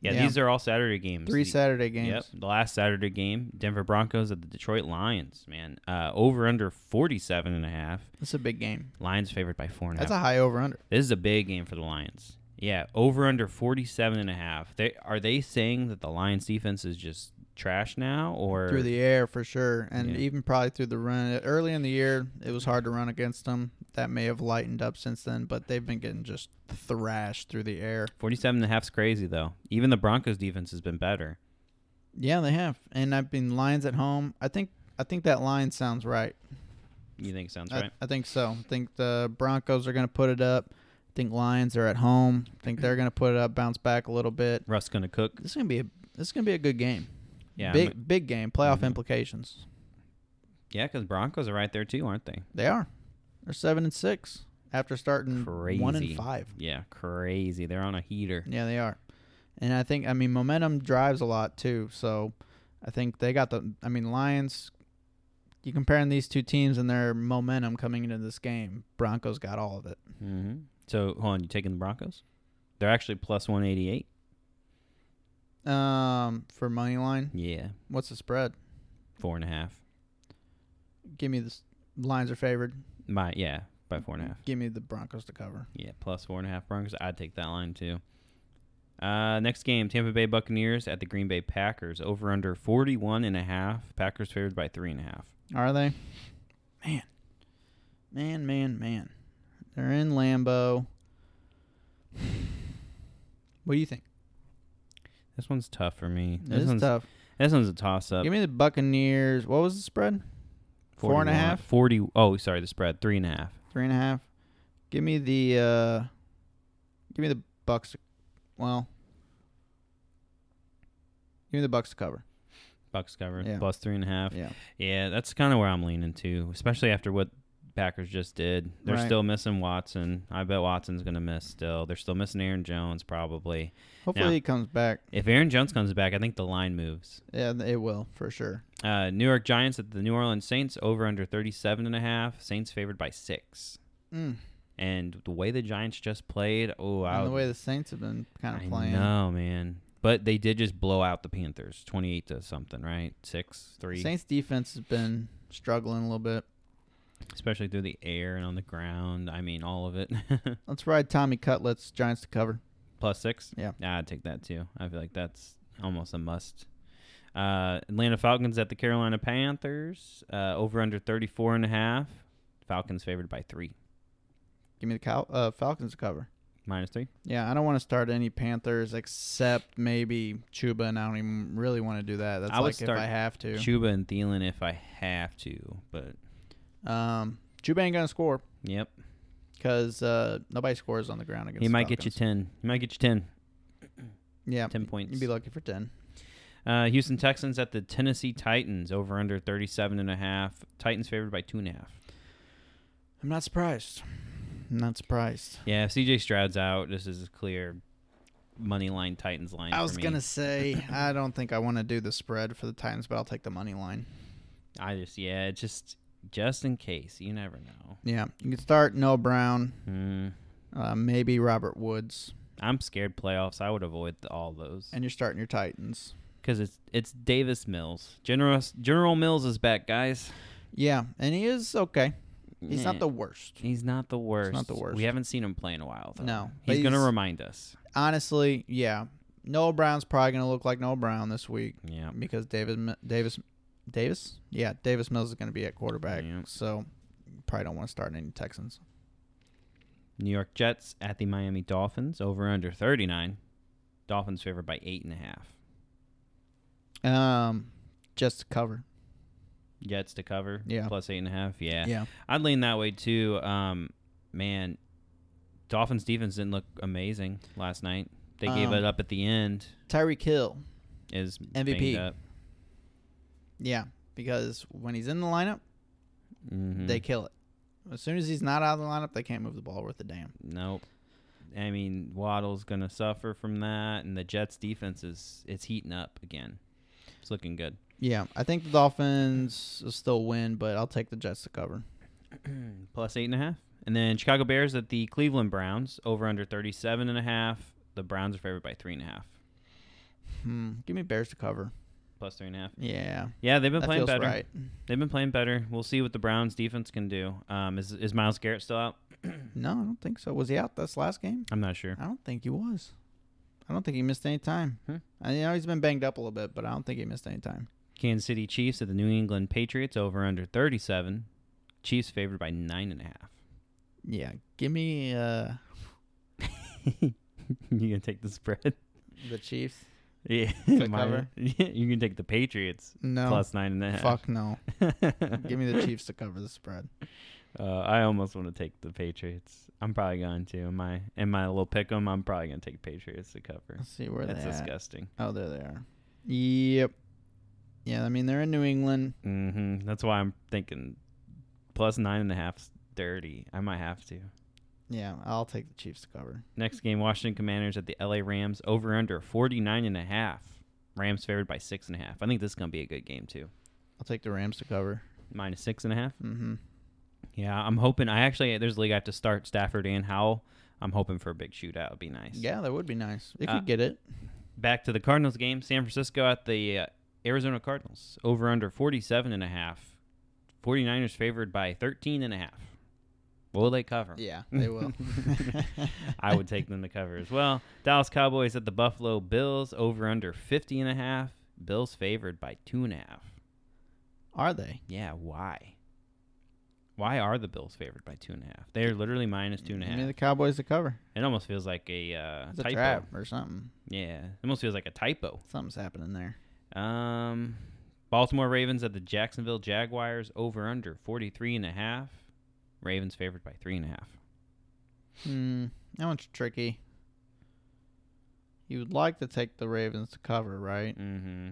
Speaker 2: yeah,
Speaker 3: yeah.
Speaker 2: these are all Saturday games.
Speaker 3: Three
Speaker 2: The-
Speaker 3: Saturday games.
Speaker 2: Yep, the last Saturday game, Denver Broncos at the Detroit Lions. Man, uh, over under 47 and a half.
Speaker 3: That's a big game.
Speaker 2: Lions favored by four and a half.
Speaker 3: That's a high over under.
Speaker 2: this is a big game for the Lions. Yeah, over under 47 and a half. They are they saying that the Lions defense is just trash now, or
Speaker 3: Through the air for sure, and
Speaker 2: Yeah.
Speaker 3: even probably through the run. Early in the year, it was hard to run against them. That may have lightened up since then, but they've been getting just thrashed through the air.
Speaker 2: 47 and a half's crazy though. Even the Broncos defense has been better.
Speaker 3: Yeah, they have. And I've been Lions at home. I think I think that line sounds right.
Speaker 2: You think sounds
Speaker 3: I,
Speaker 2: right?
Speaker 3: I think so. I think the Broncos are going to put it up. I think Lions are at home. I think they're going to put it up, bounce back a little bit.
Speaker 2: Russ going to cook.
Speaker 3: This is going to be a this is going to be a good game.
Speaker 2: Yeah,
Speaker 3: big
Speaker 2: I'm-
Speaker 3: big game. Playoff
Speaker 2: Mhm.
Speaker 3: implications.
Speaker 2: Yeah, because Broncos are right there too, aren't they?
Speaker 3: They are. They're seven and six after starting one
Speaker 2: Crazy.
Speaker 3: and five.
Speaker 2: Yeah, crazy. They're on a heater.
Speaker 3: Yeah, they are. And I think I mean momentum drives a lot too. So I think they got the I mean Lions you comparing these two teams and their momentum coming into this game, Broncos got all of it.
Speaker 2: hmm
Speaker 3: Mm-hmm.
Speaker 2: So hold on, you taking the Broncos? They're actually plus one eighty eight.
Speaker 3: Um for money line,
Speaker 2: Yeah,
Speaker 3: what's the spread?
Speaker 2: four and a half.
Speaker 3: Give me the s- Lions are favored.
Speaker 2: By yeah, by four and a half.
Speaker 3: Give me the Broncos to cover.
Speaker 2: Yeah, plus four and a half Broncos. I'd take that line too. Uh, next game, Tampa Bay Buccaneers at the Green Bay Packers. Over under forty one and a half. Packers favored by three and a half.
Speaker 3: Are they? Man. Man, man, man. They're in Lambo. What do you think?
Speaker 2: This one's tough for me. This
Speaker 3: This is
Speaker 2: one's
Speaker 3: tough.
Speaker 2: this one's a toss up.
Speaker 3: Give me the Buccaneers. What was the spread? four and a half?
Speaker 2: Forty. Oh, sorry, the spread three and a half.
Speaker 3: Three and a half. Give me the uh give me the Bucks well. Give me the Bucks to cover.
Speaker 2: Bucks cover
Speaker 3: Yeah.
Speaker 2: plus three and a half.
Speaker 3: Yeah.
Speaker 2: Yeah, that's kind of where I'm leaning to, especially after what Packers just did. They're
Speaker 3: Right.
Speaker 2: still missing Watson. I bet Watson's going to miss still. They're still missing Aaron Jones probably.
Speaker 3: Hopefully
Speaker 2: Yeah.
Speaker 3: he comes back.
Speaker 2: If Aaron Jones comes back, I think the line moves.
Speaker 3: Yeah, it will for sure.
Speaker 2: Uh, New York Giants at the New Orleans Saints over under 37 and a half. Saints favored by 6.
Speaker 3: Mm.
Speaker 2: And the way the Giants just played, oh, I
Speaker 3: And the
Speaker 2: would-
Speaker 3: way the Saints have been kind
Speaker 2: I
Speaker 3: of playing.
Speaker 2: know, man. But they did just blow out the Panthers, 28 to something, right? 6, 3.
Speaker 3: Saints defense has been struggling a little bit.
Speaker 2: Especially through the air and on the ground. I mean, all of it.
Speaker 3: Let's ride Tommy Cutlet's Giants to cover.
Speaker 2: Plus 6?
Speaker 3: Yeah.
Speaker 2: Yeah, I'd take that too. I feel like that's almost a must. Uh, Atlanta Falcons at the Carolina Panthers, uh, over under 34 and a half. Falcons favored by 3.
Speaker 3: Give me the Cal- uh, Falcons to cover.
Speaker 2: Minus 3.
Speaker 3: Yeah, I don't want to start any Panthers except maybe Chuba, and I don't even really want to do that. That's
Speaker 2: I would
Speaker 3: like
Speaker 2: start
Speaker 3: if I have to.
Speaker 2: Chuba and Thielen if I have to, but
Speaker 3: um, Chuba ain't gonna score
Speaker 2: yep.
Speaker 3: because uh, nobody scores on the ground against.
Speaker 2: He
Speaker 3: the
Speaker 2: might get you
Speaker 3: Falcons.
Speaker 2: 10. He might get you 10.
Speaker 3: yeah,
Speaker 2: 10 points.
Speaker 3: You'd be lucky for ten.
Speaker 2: Uh, Houston Texans at the Tennessee Titans over under 37 and a half. Titans favored by two and a half.
Speaker 3: I'm not surprised. I'm not surprised.
Speaker 2: Yeah, if CJ Stroud's out, this is a clear money line Titans line.
Speaker 3: I
Speaker 2: for
Speaker 3: was
Speaker 2: me.
Speaker 3: gonna say I don't think I want to do the spread for the Titans, but I'll take the money line.
Speaker 2: I just yeah, it's just just in case. You never know.
Speaker 3: Yeah, you could start Noah Brown,
Speaker 2: Hmm.
Speaker 3: uh, maybe Robert Woods,
Speaker 2: I'm scared playoffs. I would avoid th- all those
Speaker 3: and you're starting your Titans.
Speaker 2: because it's it's Davis Mills. General General Mills is back, guys.
Speaker 3: Yeah, and he is okay. He's
Speaker 2: Eh,
Speaker 3: not the worst.
Speaker 2: He's not the worst.
Speaker 3: the worst.
Speaker 2: We haven't seen him play in a while. Though.
Speaker 3: No, but
Speaker 2: he's, gonna
Speaker 3: he's-
Speaker 2: remind us.
Speaker 3: Honestly, yeah, Noah Brown's probably gonna look like Noah Brown this week
Speaker 2: Yeah.
Speaker 3: because Davis Mi- Davis Davis yeah Davis Mills is gonna be at quarterback.
Speaker 2: Yeah.
Speaker 3: So probably don't want to start any Texans.
Speaker 2: New York Jets at the Miami Dolphins over under 39. Dolphins favored by eight and a half.
Speaker 3: Um, just to cover.
Speaker 2: Jets to cover.
Speaker 3: Yeah.
Speaker 2: Plus eight and a half. Yeah.
Speaker 3: Yeah,
Speaker 2: I'd lean that way too. Um, man, Dolphins defense didn't look amazing last night. They gave
Speaker 3: Um,
Speaker 2: it up at the end.
Speaker 3: Tyreek Hill.
Speaker 2: Is
Speaker 3: MVP.
Speaker 2: banged up.
Speaker 3: Yeah, because when he's in the lineup,
Speaker 2: Mhm.
Speaker 3: they kill it. As soon as he's not out of the lineup, they can't move the ball worth a damn.
Speaker 2: Nope. I mean, Waddle's gonna suffer from that, and the Jets defense is it's heating up again. It's looking good.
Speaker 3: Yeah, I think the Dolphins will still win, but I'll take the Jets to cover.
Speaker 2: plus eight and a half. And then Chicago Bears at the Cleveland Browns over under 37 and a half. The Browns are favored by three and a half.
Speaker 3: Hmm, give me Bears to cover.
Speaker 2: Plus three and a half.
Speaker 3: Yeah,
Speaker 2: Yeah, they've been
Speaker 3: that
Speaker 2: playing
Speaker 3: feels
Speaker 2: better.
Speaker 3: right.
Speaker 2: They've been playing better. We'll see what the Browns defense can do. Um, is is Miles Garrett still out?
Speaker 3: No, I don't think so. Was he out this last game?
Speaker 2: I'm not sure.
Speaker 3: I don't think he was. I don't think he missed any time.
Speaker 2: Hmm.
Speaker 3: I know he's been banged up a little bit, but I don't think he missed any time.
Speaker 2: Kansas City Chiefs at the New England Patriots over under 37. Chiefs favored by nine and a half.
Speaker 3: Yeah, give me uh,
Speaker 2: you gonna take the spread?
Speaker 3: the Chiefs.
Speaker 2: Yeah,
Speaker 3: To
Speaker 2: my-
Speaker 3: cover?
Speaker 2: yeah, you can take the Patriots
Speaker 3: No,
Speaker 2: plus nine and a half.
Speaker 3: fuck no. give me the
Speaker 2: Chiefs.
Speaker 3: Chiefs to cover the spread.
Speaker 2: Uh, I almost want to take the Patriots. I'm probably going to. In my in my little pick 'em, I'm probably going to take Patriots to cover.
Speaker 3: Let's see where
Speaker 2: That's
Speaker 3: they at.
Speaker 2: disgusting.
Speaker 3: Oh, there they are. Yep. Yeah, I mean they're in New England.
Speaker 2: hmm That's why I'm thinking plus nine and a half's dirty. I might have to.
Speaker 3: Yeah, I'll take the Chiefs to cover.
Speaker 2: Next game, Washington Commanders at the LA Rams. Over under 49 and a half. Rams favored by six and a half. I think this is going to be a good game too.
Speaker 3: I'll take the Rams to cover.
Speaker 2: Minus six and a half.
Speaker 3: Mm-hmm.
Speaker 2: Yeah, I'm hoping. I actually there's a league I have to start Stafford and Howell. I'm hoping for a big shootout. It'd be nice.
Speaker 3: Yeah, that would be nice. They could
Speaker 2: Uh,
Speaker 3: get it.
Speaker 2: back to the Cardinals game. San Francisco at the uh, Arizona Cardinals. Over under 47 and a half. 49ers favored by 13 and a half. Will they cover?
Speaker 3: Yeah, they will.
Speaker 2: I would take them to cover as well. Dallas Cowboys at the Buffalo Bills. Over under 50 and a half. Bills favored by two and a half.
Speaker 3: Are they?
Speaker 2: Yeah, why? Why are the Bills favored by two and a half? They are literally minus two and a
Speaker 3: Give me
Speaker 2: half.
Speaker 3: the Cowboys to cover.
Speaker 2: It almost feels like a uh,
Speaker 3: It's a
Speaker 2: typo.
Speaker 3: trap or something.
Speaker 2: Yeah, it almost feels like a typo.
Speaker 3: Something's happening there.
Speaker 2: Um, Baltimore Ravens at the Jacksonville Jaguars over under 43 and a half. Ravens favored by three and a half.
Speaker 3: Hmm, that one's tricky. You would like to take the Ravens to cover, right?
Speaker 2: Mm-hmm.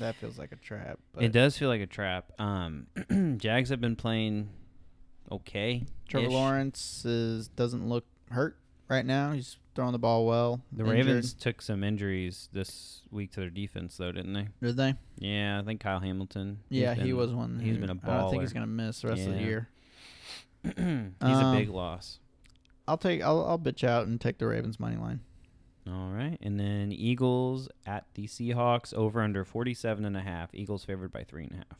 Speaker 3: That feels like a trap.
Speaker 2: It does feel like a trap. Um, Jags have been playing okay.
Speaker 3: Trevor Lawrence is doesn't look hurt right now. He's throwing the ball well.
Speaker 2: The
Speaker 3: Injured,
Speaker 2: Ravens took some injuries this week to their defense, though, didn't they?
Speaker 3: did they?
Speaker 2: Yeah, I think Kyle Hamilton. he's
Speaker 3: Yeah, he
Speaker 2: been-
Speaker 3: was one.
Speaker 2: he's
Speaker 3: who-
Speaker 2: been a
Speaker 3: I don't think he's
Speaker 2: baller.
Speaker 3: gonna miss the rest of the
Speaker 2: Yeah.
Speaker 3: year.
Speaker 2: he's
Speaker 3: Um,
Speaker 2: a big loss.
Speaker 3: I'll take. I'll, I'll bitch out and take the Ravens money line.
Speaker 2: All right, and then Eagles at the Seahawks over under forty-seven and a half. Eagles favored by three and a half.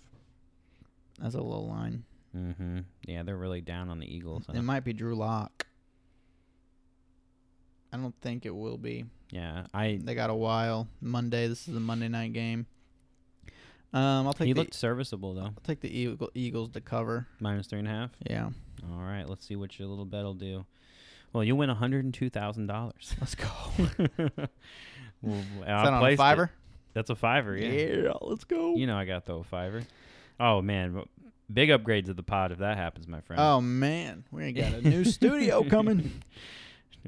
Speaker 3: That's a low line.
Speaker 2: Mm-hmm. Yeah, they're really down on the Eagles. huh?
Speaker 3: It might be Drew Lock. I don't think it will be.
Speaker 2: Yeah, I.
Speaker 3: They got a while. Monday. This is a Monday night game. Um, I'll take
Speaker 2: He
Speaker 3: the,
Speaker 2: looked serviceable though.
Speaker 3: I'll take the Eagle, Eagles to cover.
Speaker 2: Minus three and a half.
Speaker 3: Yeah,
Speaker 2: All right, let's see what your little bet'll do. Well, you'll win one hundred and two thousand dollars.
Speaker 3: let's go.
Speaker 2: well,
Speaker 3: Is
Speaker 2: I
Speaker 3: that on a
Speaker 2: placed it.
Speaker 3: fiver?
Speaker 2: That's a fiver. yeah.
Speaker 3: let's go.
Speaker 2: You know I got the old fiver. Oh man, w- big upgrades of the pod if that happens, my friend.
Speaker 3: Oh man, we got a new studio coming.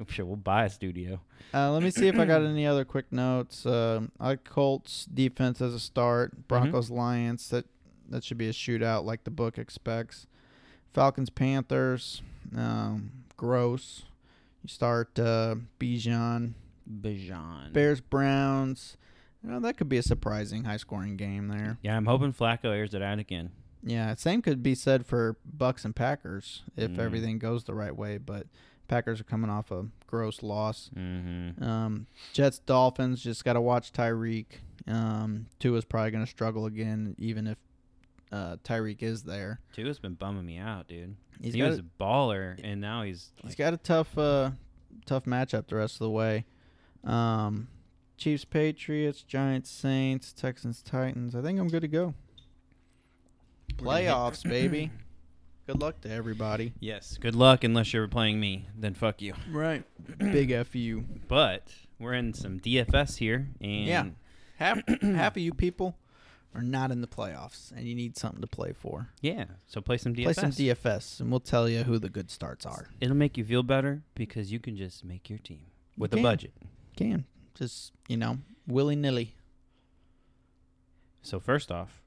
Speaker 2: Sure, we'll buy a studio.
Speaker 3: Uh, let me see if I got any other quick notes. Um I like Colts defense as a start. Broncos Lions that that should be a shootout like the book expects. Falcons Panthers um, gross. You start uh, Bijan.
Speaker 2: Bijan.
Speaker 3: Bears Browns. You know that could be a surprising high scoring game there.
Speaker 2: Yeah, I'm hoping Flacco airs it out again.
Speaker 3: Yeah, same could be said for Bucks and Packers if
Speaker 2: Mm.
Speaker 3: everything goes the right way. But Packers are coming off a gross loss.
Speaker 2: Mm-hmm.
Speaker 3: Um, Jets, Dolphins, just got to watch Tyreek. Um, Tua's probably going to struggle again, even if uh, Tyreek is there.
Speaker 2: Tua's been bumming me out, dude.
Speaker 3: He's
Speaker 2: he
Speaker 3: got
Speaker 2: was a baller, and now he's
Speaker 3: he's
Speaker 2: like,
Speaker 3: got a tough uh, tough matchup the rest of the way. Um, Chiefs, Patriots, Giants, Saints, Texans, Titans. I think I'm good to go. Playoffs, baby. Good luck to everybody.
Speaker 2: yes. Good luck, unless you're playing me. Then fuck you.
Speaker 3: Right. Big F you.
Speaker 2: But we're in some DFS here, and
Speaker 3: Yeah. Half half of you people are not in the playoffs and you need something to play for.
Speaker 2: yeah, So play some DFS.
Speaker 3: Play some DFS and we'll tell you who the good starts are.
Speaker 2: It'll make you feel better because you can just make your team with a
Speaker 3: can.
Speaker 2: budget.
Speaker 3: Can. Just, you know, willy nilly.
Speaker 2: So first off,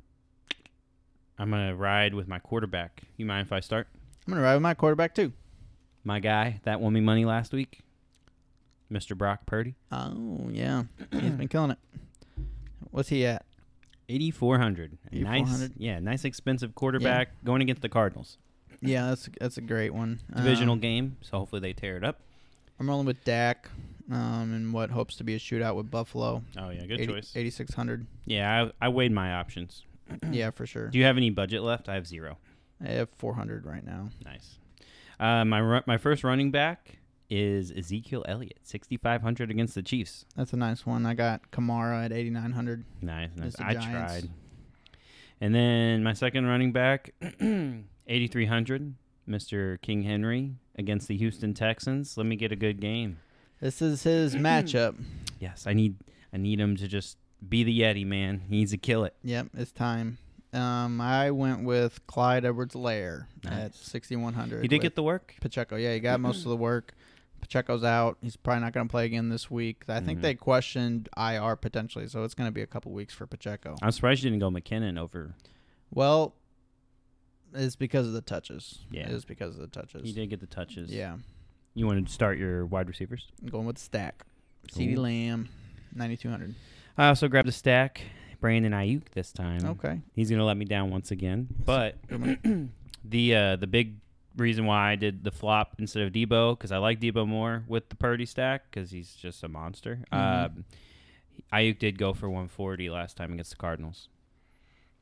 Speaker 2: I'm gonna ride with my quarterback. You mind if I start?
Speaker 3: I'm gonna ride with my quarterback too.
Speaker 2: My guy that won me money last week, Mr. Brock Purdy,
Speaker 3: Oh yeah. He's been killing it. What's he at?
Speaker 2: 8400. Nice,
Speaker 3: 8,400.
Speaker 2: yeah, nice expensive quarterback going against the Cardinals.
Speaker 3: Yeah, that's that's a great one.
Speaker 2: Divisional
Speaker 3: Um,
Speaker 2: game, so hopefully they tear it up.
Speaker 3: I'm rolling with Dak, um, and what hopes to be a shootout with Buffalo.
Speaker 2: Oh yeah, good choice.
Speaker 3: Eighty six hundred.
Speaker 2: Yeah, I, I weighed my options.
Speaker 3: Yeah, for sure.
Speaker 2: Do you have any budget left? I have zero.
Speaker 3: I have four hundred right now.
Speaker 2: Nice. Uh, my ru- my first running back is Ezekiel Elliott, 6500 against the Chiefs.
Speaker 3: That's a nice one. I got Kamara at eighty nine hundred.
Speaker 2: Nice, nice.
Speaker 3: Against the
Speaker 2: I
Speaker 3: Giants.
Speaker 2: tried. And then my second running back, 8,300, Mr. King Henry against the Houston Texans. Let me get a good game.
Speaker 3: This is his matchup.
Speaker 2: Yes, I need I need him to just be the Yeti, man. He needs to kill it.
Speaker 3: Yep, it's time. Um, I went with Clyde Edwards Lair at
Speaker 2: Nice.
Speaker 3: sixty one hundred.
Speaker 2: He did get the work.
Speaker 3: Pacheco. Yeah, he got most of the work. Pacheco's out. He's probably not going to play again this week. I think
Speaker 2: Mhm.
Speaker 3: they questioned IR potentially, so it's going to be a couple weeks for Pacheco.
Speaker 2: I'm surprised you didn't go McKinnon over.
Speaker 3: Well, it's because of the touches.
Speaker 2: Yeah.
Speaker 3: it's because of the touches.
Speaker 2: He did get the touches.
Speaker 3: Yeah,
Speaker 2: You want to start your wide receivers?
Speaker 3: I'm going with the stack. Ceedee
Speaker 2: Ooh.
Speaker 3: Lamb, ninety two hundred.
Speaker 2: I also grabbed a stack, Brandon Ayuk this time.
Speaker 3: Okay,
Speaker 2: He's gonna let me down once again. But the uh, the big reason why I did the flop instead of Debo because I like Debo more with the Purdy stack because he's just a monster.
Speaker 3: Mhm.
Speaker 2: Um, Ayuk did go for 140 last time against the Cardinals,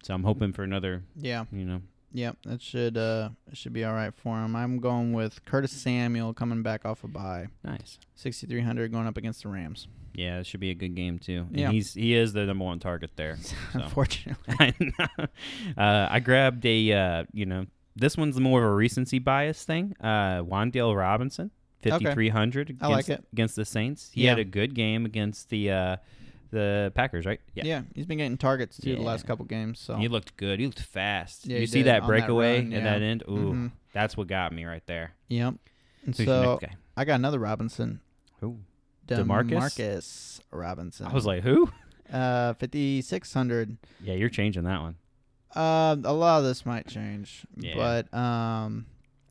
Speaker 2: so I'm hoping for another.
Speaker 3: yeah,
Speaker 2: You know,
Speaker 3: yeah. That should uh it should be all right for him. I'm going with Curtis Samuel coming back off a bye,
Speaker 2: nice.
Speaker 3: sixty three hundred going up against the Rams.
Speaker 2: Yeah, it should be a good game too. And
Speaker 3: Yeah.
Speaker 2: he's he is the number one target there. So.
Speaker 3: Unfortunately,
Speaker 2: I know. Uh, I grabbed a, uh, you know, this one's more of a recency bias thing. Uh, Wandale Robinson,
Speaker 3: Okay.
Speaker 2: 5,300
Speaker 3: I like
Speaker 2: against,
Speaker 3: it.
Speaker 2: against the Saints. He
Speaker 3: Yeah.
Speaker 2: had a good game against the uh, the Packers, right?
Speaker 3: yeah. he's been getting targets too the
Speaker 2: Yeah.
Speaker 3: last couple games. So
Speaker 2: He looked good. He looked fast.
Speaker 3: Yeah,
Speaker 2: you
Speaker 3: he
Speaker 2: see
Speaker 3: did,
Speaker 2: that
Speaker 3: on that
Speaker 2: breakaway
Speaker 3: run,
Speaker 2: at
Speaker 3: yeah.
Speaker 2: that end? Ooh,
Speaker 3: Mhm.
Speaker 2: that's what got me right there.
Speaker 3: yep. And
Speaker 2: Who's your
Speaker 3: so
Speaker 2: next guy?
Speaker 3: I got another Robinson,
Speaker 2: Ooh. DeMarcus?
Speaker 3: Demarcus Robinson.
Speaker 2: I was like, who?
Speaker 3: uh, 5,600.
Speaker 2: Yeah, you're changing that one.
Speaker 3: Uh, a lot of this might change,
Speaker 2: Yeah.
Speaker 3: but um,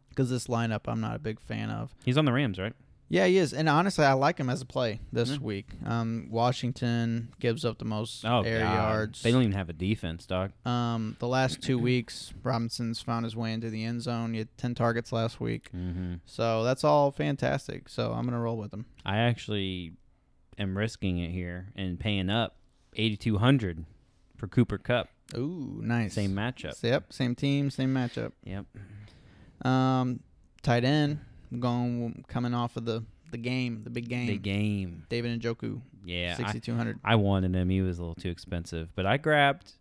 Speaker 3: because this lineup I'm not a big fan of.
Speaker 2: He's on the Rams, right?
Speaker 3: Yeah, he is, and honestly, I like him as a play this
Speaker 2: Yeah.
Speaker 3: week. Um, Washington gives up the most air
Speaker 2: Oh, God.
Speaker 3: yards.
Speaker 2: They don't even have a defense, dog.
Speaker 3: um, the last two weeks, Robinson's found his way into the end zone. He had ten targets last week,
Speaker 2: Mm-hmm.
Speaker 3: so that's all fantastic. So I'm gonna roll with him.
Speaker 2: I actually am risking it here and paying up 8200 for Cooper Cup.
Speaker 3: Ooh, nice.
Speaker 2: Same matchup.
Speaker 3: Yep, same team, same matchup.
Speaker 2: Yep.
Speaker 3: Um, tight end, I'm going coming off of the the game, the big game.
Speaker 2: The game.
Speaker 3: David Njoku,
Speaker 2: Yeah. I,
Speaker 3: 6200.
Speaker 2: I wanted him. He was a little too expensive, but I grabbed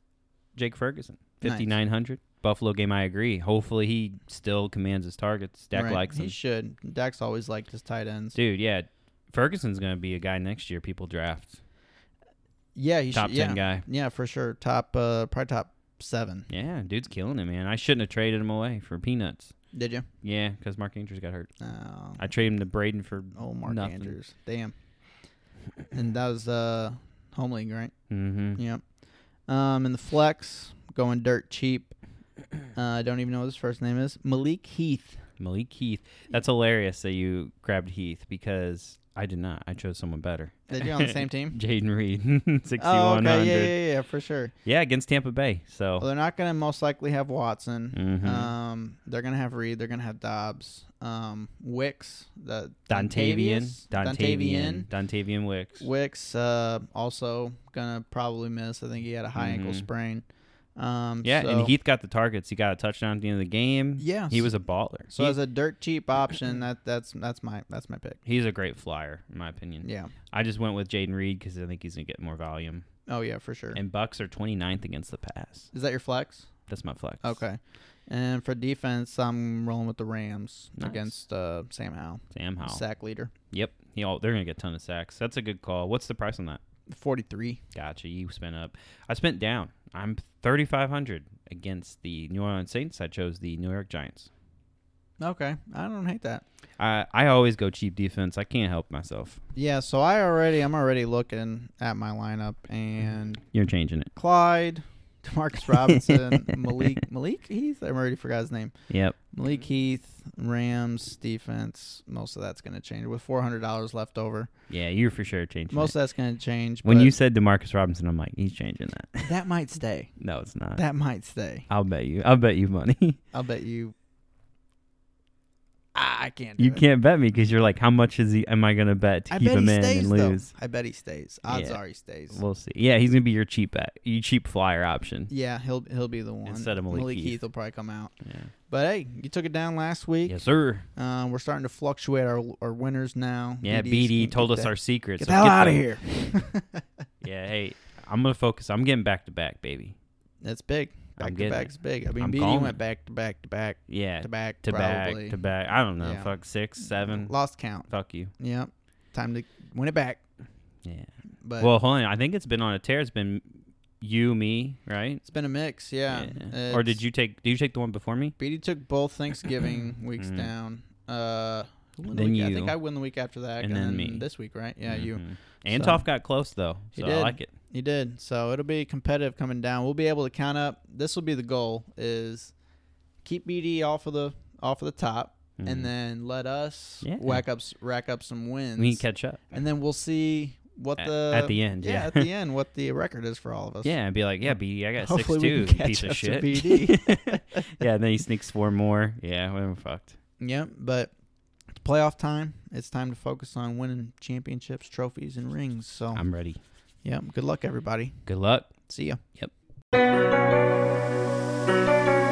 Speaker 2: Jake Ferguson,
Speaker 3: Nice.
Speaker 2: 5900. Buffalo game, I agree. Hopefully he still commands his targets. Dak
Speaker 3: Right.
Speaker 2: likes
Speaker 3: He
Speaker 2: him.
Speaker 3: should. Dak's always liked his tight ends.
Speaker 2: Dude, yeah. Ferguson's going to be a guy next year people draft.
Speaker 3: yeah, he
Speaker 2: Top
Speaker 3: should.
Speaker 2: 10
Speaker 3: yeah.
Speaker 2: guy.
Speaker 3: Yeah, for sure. Top, uh, probably top seven.
Speaker 2: Yeah, dude's killing it, man. I shouldn't have traded him away for peanuts.
Speaker 3: Did you?
Speaker 2: Yeah, because Mark Andrews got hurt.
Speaker 3: Oh,
Speaker 2: I traded him to Braden for
Speaker 3: oh Mark
Speaker 2: nothing.
Speaker 3: Andrews. Damn. And that was uh, home league, right?
Speaker 2: Mm-hmm.
Speaker 3: Yep. Um, and the flex going dirt cheap. Uh, I don't even know what his first name is. Malik Heath.
Speaker 2: Malik Heath. That's hilarious that you grabbed Heath because I did not. I chose someone better.
Speaker 3: Did you on the same team?
Speaker 2: Jaden Reed,
Speaker 3: Oh,
Speaker 2: 6100.
Speaker 3: okay.
Speaker 2: yeah,
Speaker 3: Yeah, yeah, yeah, for sure.
Speaker 2: against Tampa Bay. So
Speaker 3: Well, they're not going to most likely have Watson.
Speaker 2: Mhm.
Speaker 3: Um, they're going to have Reed. They're going to have Dobbs. Um, Wicks. The
Speaker 2: Dontavian,
Speaker 3: Dontavius?
Speaker 2: Dontavian, Dontavian Wicks.
Speaker 3: Wicks uh, also gonna probably miss. I think he had a high ankle
Speaker 2: Mhm.
Speaker 3: sprain. Um,
Speaker 2: Yeah,
Speaker 3: so-
Speaker 2: and Heath got the targets. He got a touchdown at the end of the game.
Speaker 3: Yes.
Speaker 2: he was a baller.
Speaker 3: So
Speaker 2: He-
Speaker 3: as a dirt cheap option, that that's that's my that's my pick.
Speaker 2: he's a great flyer, in my opinion.
Speaker 3: Yeah.
Speaker 2: I just went with Jaden Reed because I think he's gonna get more volume.
Speaker 3: Oh yeah, for sure.
Speaker 2: And Bucks are 29th against the pass.
Speaker 3: Is that your flex?
Speaker 2: That's my flex.
Speaker 3: Okay. And for defense, I'm rolling with the Rams
Speaker 2: Nice.
Speaker 3: against uh, Sam Howell,
Speaker 2: Sam Howell.
Speaker 3: sack leader,
Speaker 2: Yep. He all, they're gonna get a ton of sacks. That's a good call. What's the price on that?
Speaker 3: 43.
Speaker 2: Gotcha. You spent up. I spent down. I'm 3,500 against the New Orleans Saints. I chose the New York Giants.
Speaker 3: Okay, I don't hate that.
Speaker 2: I I always go cheap defense. I can't help myself.
Speaker 3: Yeah, so I already I'm already looking at my lineup and
Speaker 2: You're changing it.
Speaker 3: Clyde, Demarcus Robinson, Malik Malik Heath. I already forgot his name.
Speaker 2: Yep.
Speaker 3: Malik Heath, Rams defense. Most of that's going to change with four hundred dollars left over.
Speaker 2: Yeah, you're for sure changing it.
Speaker 3: Most of that's going to change.
Speaker 2: When
Speaker 3: but
Speaker 2: you said Demarcus Robinson, I'm like, he's changing that.
Speaker 3: that might stay.
Speaker 2: no, it's not.
Speaker 3: That might stay.
Speaker 2: I'll bet you. I'll bet you money.
Speaker 3: I'll bet you. Ah, I can't. Do
Speaker 2: you
Speaker 3: it.
Speaker 2: can't bet me because you're like, how much is he? Am I gonna bet to
Speaker 3: I
Speaker 2: keep
Speaker 3: bet
Speaker 2: him
Speaker 3: he
Speaker 2: in and
Speaker 3: stays though.
Speaker 2: lose?
Speaker 3: I bet he stays. Odds
Speaker 2: Yeah.
Speaker 3: are he stays.
Speaker 2: We'll see. Yeah, he's gonna be your cheap bet. You cheap flyer option.
Speaker 3: yeah, he'll he'll be the one.
Speaker 2: Instead of Malik
Speaker 3: Heath.
Speaker 2: Heath.
Speaker 3: will probably come out.
Speaker 2: Yeah.
Speaker 3: But hey, you took it down last week.
Speaker 2: Yes, sir.
Speaker 3: Um, we're starting to fluctuate our our winners now.
Speaker 2: Yeah,
Speaker 3: BD's
Speaker 2: BD
Speaker 3: gonna
Speaker 2: told
Speaker 3: get
Speaker 2: us
Speaker 3: that-
Speaker 2: our secrets.
Speaker 3: Get
Speaker 2: so
Speaker 3: the hell out of
Speaker 2: them.
Speaker 3: here.
Speaker 2: Yeah, hey, I'm gonna focus. I'm getting back to back, baby.
Speaker 3: That's big.
Speaker 2: I'm
Speaker 3: Back to
Speaker 2: getting
Speaker 3: back
Speaker 2: it.
Speaker 3: is big. I mean,
Speaker 2: I'm
Speaker 3: BD
Speaker 2: calling
Speaker 3: went
Speaker 2: it.
Speaker 3: back to back to back
Speaker 2: Yeah,
Speaker 3: to back
Speaker 2: to
Speaker 3: probably.
Speaker 2: back to back. I don't know.
Speaker 3: Yeah.
Speaker 2: Fuck six, seven.
Speaker 3: Lost count.
Speaker 2: Fuck you.
Speaker 3: Yep. Time to win it back.
Speaker 2: Yeah.
Speaker 3: But
Speaker 2: well, hold on. I think it's been on a tear. It's been you, me, right?
Speaker 3: it's been a mix. Yeah.
Speaker 2: Or
Speaker 3: It's-
Speaker 2: did you take? Did you take the one before me?
Speaker 3: BD took both Thanksgiving weeks
Speaker 2: Mm.
Speaker 3: down. Uh, who won the
Speaker 2: Then
Speaker 3: week? I think
Speaker 2: you.
Speaker 3: I won the week after that,
Speaker 2: And
Speaker 3: and,
Speaker 2: then
Speaker 3: then,
Speaker 2: me.
Speaker 3: this week, right? Yeah, you
Speaker 2: Mhm. Antoff
Speaker 3: So-
Speaker 2: got close though,
Speaker 3: He
Speaker 2: so
Speaker 3: did.
Speaker 2: I like it.
Speaker 3: you did. So it'll be competitive coming down. We'll be able to count up. This will be the goal: is keep BD off of the off of the top,
Speaker 2: Mhm.
Speaker 3: and then let us
Speaker 2: Yeah.
Speaker 3: whack up s- rack up some wins.
Speaker 2: We can catch up
Speaker 3: and then we'll see what
Speaker 2: at,
Speaker 3: the
Speaker 2: at the end. Yeah.
Speaker 3: at the end what the record is for all of us.
Speaker 2: yeah, and be like, yeah, BD, I got
Speaker 3: Hopefully we can
Speaker 2: six two, piece of
Speaker 3: catch up to
Speaker 2: shit.
Speaker 3: BD.
Speaker 2: yeah, and then he sneaks four more. Yeah, we're fucked.
Speaker 3: Yep. But it's playoff time. It's time to focus on winning championships, trophies, and rings. So
Speaker 2: I'm ready.
Speaker 3: yep. Good luck, everybody.
Speaker 2: Good luck.
Speaker 3: See ya.
Speaker 2: Yep.